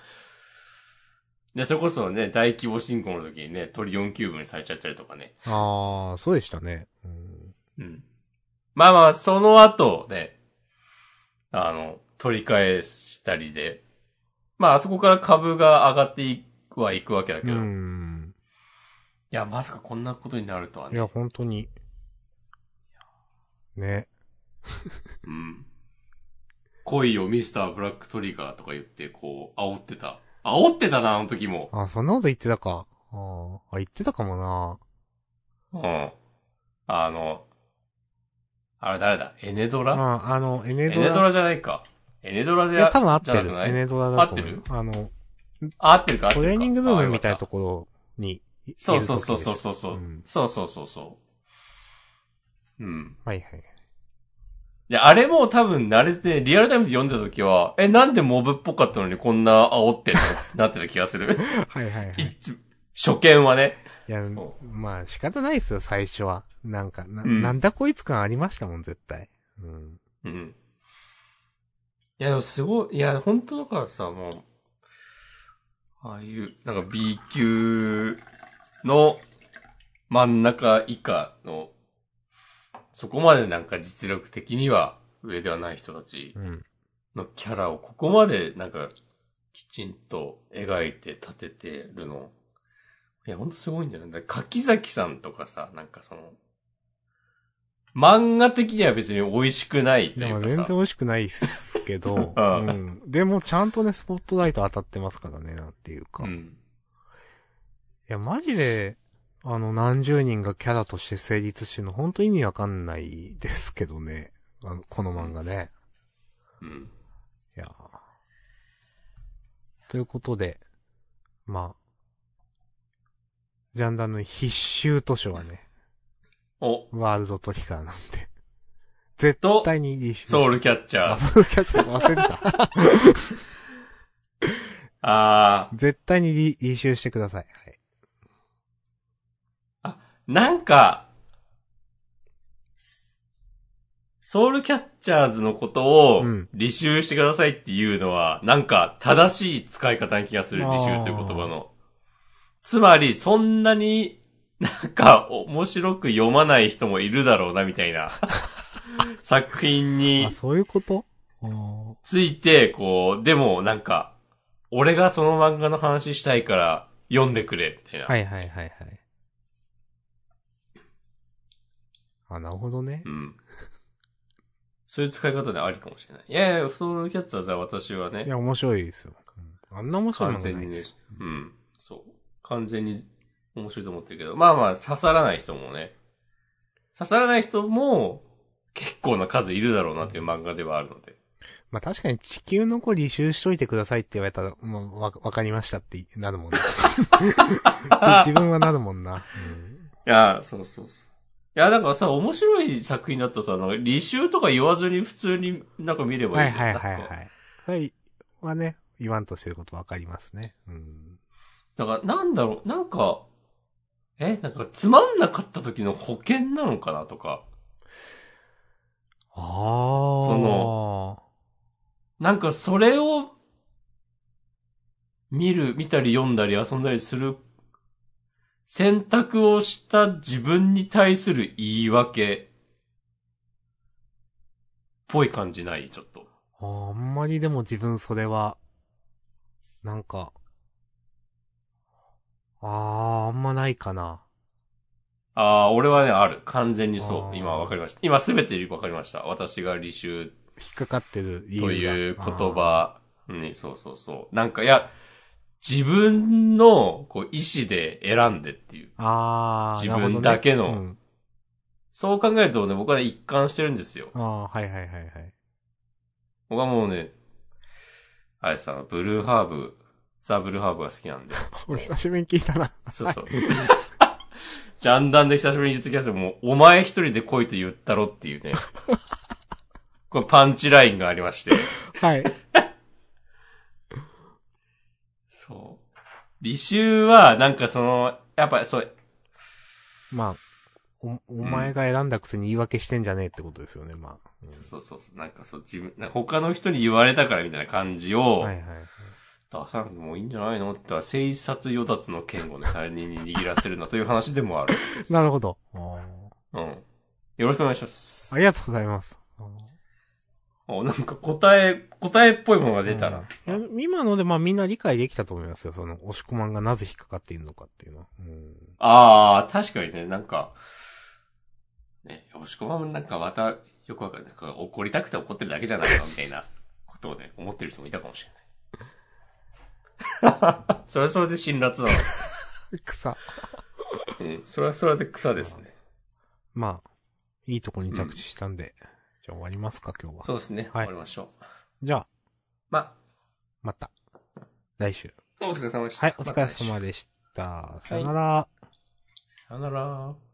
B: で、それこそね、大規模進行の時にね、鳥4キューブにされちゃったりとかね。
A: ああ、そうでしたね。うん。
B: うん。まあまあ、その後で、あの、取り返したりで、まあ、あそこから株が上がっていくはいくわけだけ
A: う
B: ど、い
A: ん。
B: や、まさかこんなことになるとはいね。
A: や、本当に。ね。
B: うん。恋をミスターブラックトリガーとか言って、こう、煽ってた。煽ってたな、あの時も。
A: あ、そんなこと言ってたか。あーあ、言ってたかもな。
B: うん。あの、あれ誰だエネドラ
A: あーあの、エネ
B: エ
A: ド
B: ネド
A: ラ。
B: ラじゃないか。エネドラ
A: い
B: で、
A: や、多分合って
B: じゃ
A: る。
B: な
A: エ
B: くない
A: ネドラだと
B: 合って
A: 思う
B: る。
A: あの、
B: あ合ってるか合って
A: ト
B: るか。
A: レーニングルームみたいな
B: あよか
A: ところに
B: った。そうそうそうそうそう
A: う。
B: そうんそうそうそうそう。うん。
A: はいはい。
B: いや、あれも多分慣れて、リアルタイムで読んでた時は、え、なんでモブっぽかったのにこんな煽ってんのなってた気が する。
A: はいはいはい。い
B: 一初見はね。
A: や、
B: う
A: まあ仕方ないですよ、最初は。なんか、な、
B: うん
A: なんだこいつ感ありましたもん、絶対。うん。
B: うん。いや、でもすごい、いや、本当だからさ、もう、ああいう、なんか B 級の真ん中以下の、そこまでなんか実力的には上ではない人たち
A: うん。
B: のキャラをここまでなんかきちんと描いて立ててるの。いや、ほんとすごいんだよね。だから柿崎さんとかさ、なんかその、漫画的には別に美味しくないと
A: で
B: いう
A: も
B: かさ。
A: 全然美味しくないっすけど、
B: う
A: うんん。でもちゃんとね、スポットライト当たってますからね、なんていうか。
B: う
A: い
B: ん。
A: や、マジで、あの、何十人がキャラとして成立してるの、ほんと意味わかんないですけどね。あの、この漫画ね。
B: うん。
A: いやーということで、まあ、ジャンダンの必修図書はね、
B: お、
A: ワールドトリガーなん で。絶対にいいし。
B: ソウルキャッチャ
A: あ、
B: ー。
A: ソウルキャッチャー忘れてた。
B: あー
A: 絶対に履履修してください。はい。
B: なんか、ソウルキャッチャーズのことを
A: うん
B: 履修してくださいっていうのは、なんか正しい使い方な気がする、
A: あー
B: 履修という言葉の。つまり、そんなになんか面白く読まない人もいるだろうな、みた いな作品に
A: あ、そういうことあー
B: ついて、こう、でもなんか、俺がその漫画の話したいから読んでくれ、みたいな。
A: はいはいはいはい。あ、なるほどね
B: う。ん。そういう使い方でありかもしれない。いやいや、ソウルキャッチャーズは私はいね、
A: や、面白いですよ。あんな面白いの
B: 完
A: が
B: 全
A: ない
B: に
A: で
B: ね
A: す。
B: うん。そう。完全に面白いと思ってるけど、まあまあ、刺さらない人もね、刺さらない人も結構な数いるだろうなという漫画ではあるので。
A: まあ確かに地球の子履修しといてくださいって言われたら、もうわ、わかりましたってなるもん な。自分はなるもんな。うん
B: いや、そうそうそう。いや、だからさ、面白い作品だとさ、なんか履修とか言わずに普通になんか見れば
A: はい
B: い
A: い
B: いじゃ
A: は
B: ん
A: いはい
B: なん
A: は
B: か
A: い。それはね、言わんとしてることわかりますね。うん。
B: だから、なんだろう、なんか、え、なんかつまんなかった時の保険なのかなとか、
A: ああ。そ
B: の、なんかそれを、見る、見たり読んだり遊んだりする、選択をした自分に対する言い訳、っぽい感じないちょっと。
A: あーあんまりでも自分それは、なんか、ああ、あんまないかな。
B: ああ、俺はね、ある。完全にそ
A: あ
B: う。
A: ー
B: 今わかりました。今すべてわかりました。私が履修
A: 引っかかってる理由が
B: という言。葉に、そうそうそう。なんか、いや、自分のこう意思で選んでっていう。
A: あーあー、
B: 自
A: なるほど
B: 分
A: ね
B: だけの
A: うん
B: そう考えるとね、僕は一貫してるんですよ。
A: ああー、はいはいはいはい。
B: 僕はもうね、あれさ、ブルーハーブ、ザ・ブルーハーブが好き なんで。
A: 俺久しぶりに聞いた な。
B: そうそう。 ジャンダンで久しぶりに言ってきたやつもう、お前一人で来いと言ったろってい うね。これパンチラインがありまして。
A: はい。
B: そう。履修は、なんかその、やっぱそう、
A: まあ、お、お前が選んだくせに言い訳してんじゃねえってことですよね、まあ。うん
B: そうそうそう、なんかそう、自分、なんか他の人に言われたからみたいな感じを
A: は、いはい。
B: 出さなくてもいいんじゃないのって、生殺与奪の剣をね、他人に握らせるなという話でもある。
A: なるほど。あー
B: うん。よろしくお願いします。
A: ありがとうございます。あー
B: おなんか答え、答えっぽいものが出たら。
A: うんいや今ので、まあみんな理解できたと思いますよ。その、押し込まんがなぜ引っかかっているのかっていうのは。うん。
B: ああ、確かにね、なんか、ね、押し込まんもなんかまた、よくわかる。なんか怒りたくて怒ってるだけじゃないか、みたい なことをね、思ってる人もいたかもしれない。 それはそれで辛辣だな。
A: 草。
B: うん、それはそれで草ですね。
A: まあ、いいとこに着地したんで、じゃあ終わりますか、今日は。
B: そうですね。
A: はい
B: 終わりましょう。
A: じゃあ、
B: ま
A: また。来週。
B: あ、お疲れ様でした。
A: はい、お疲れ
B: また来週
A: 様でした。さよなら。
B: さよなら。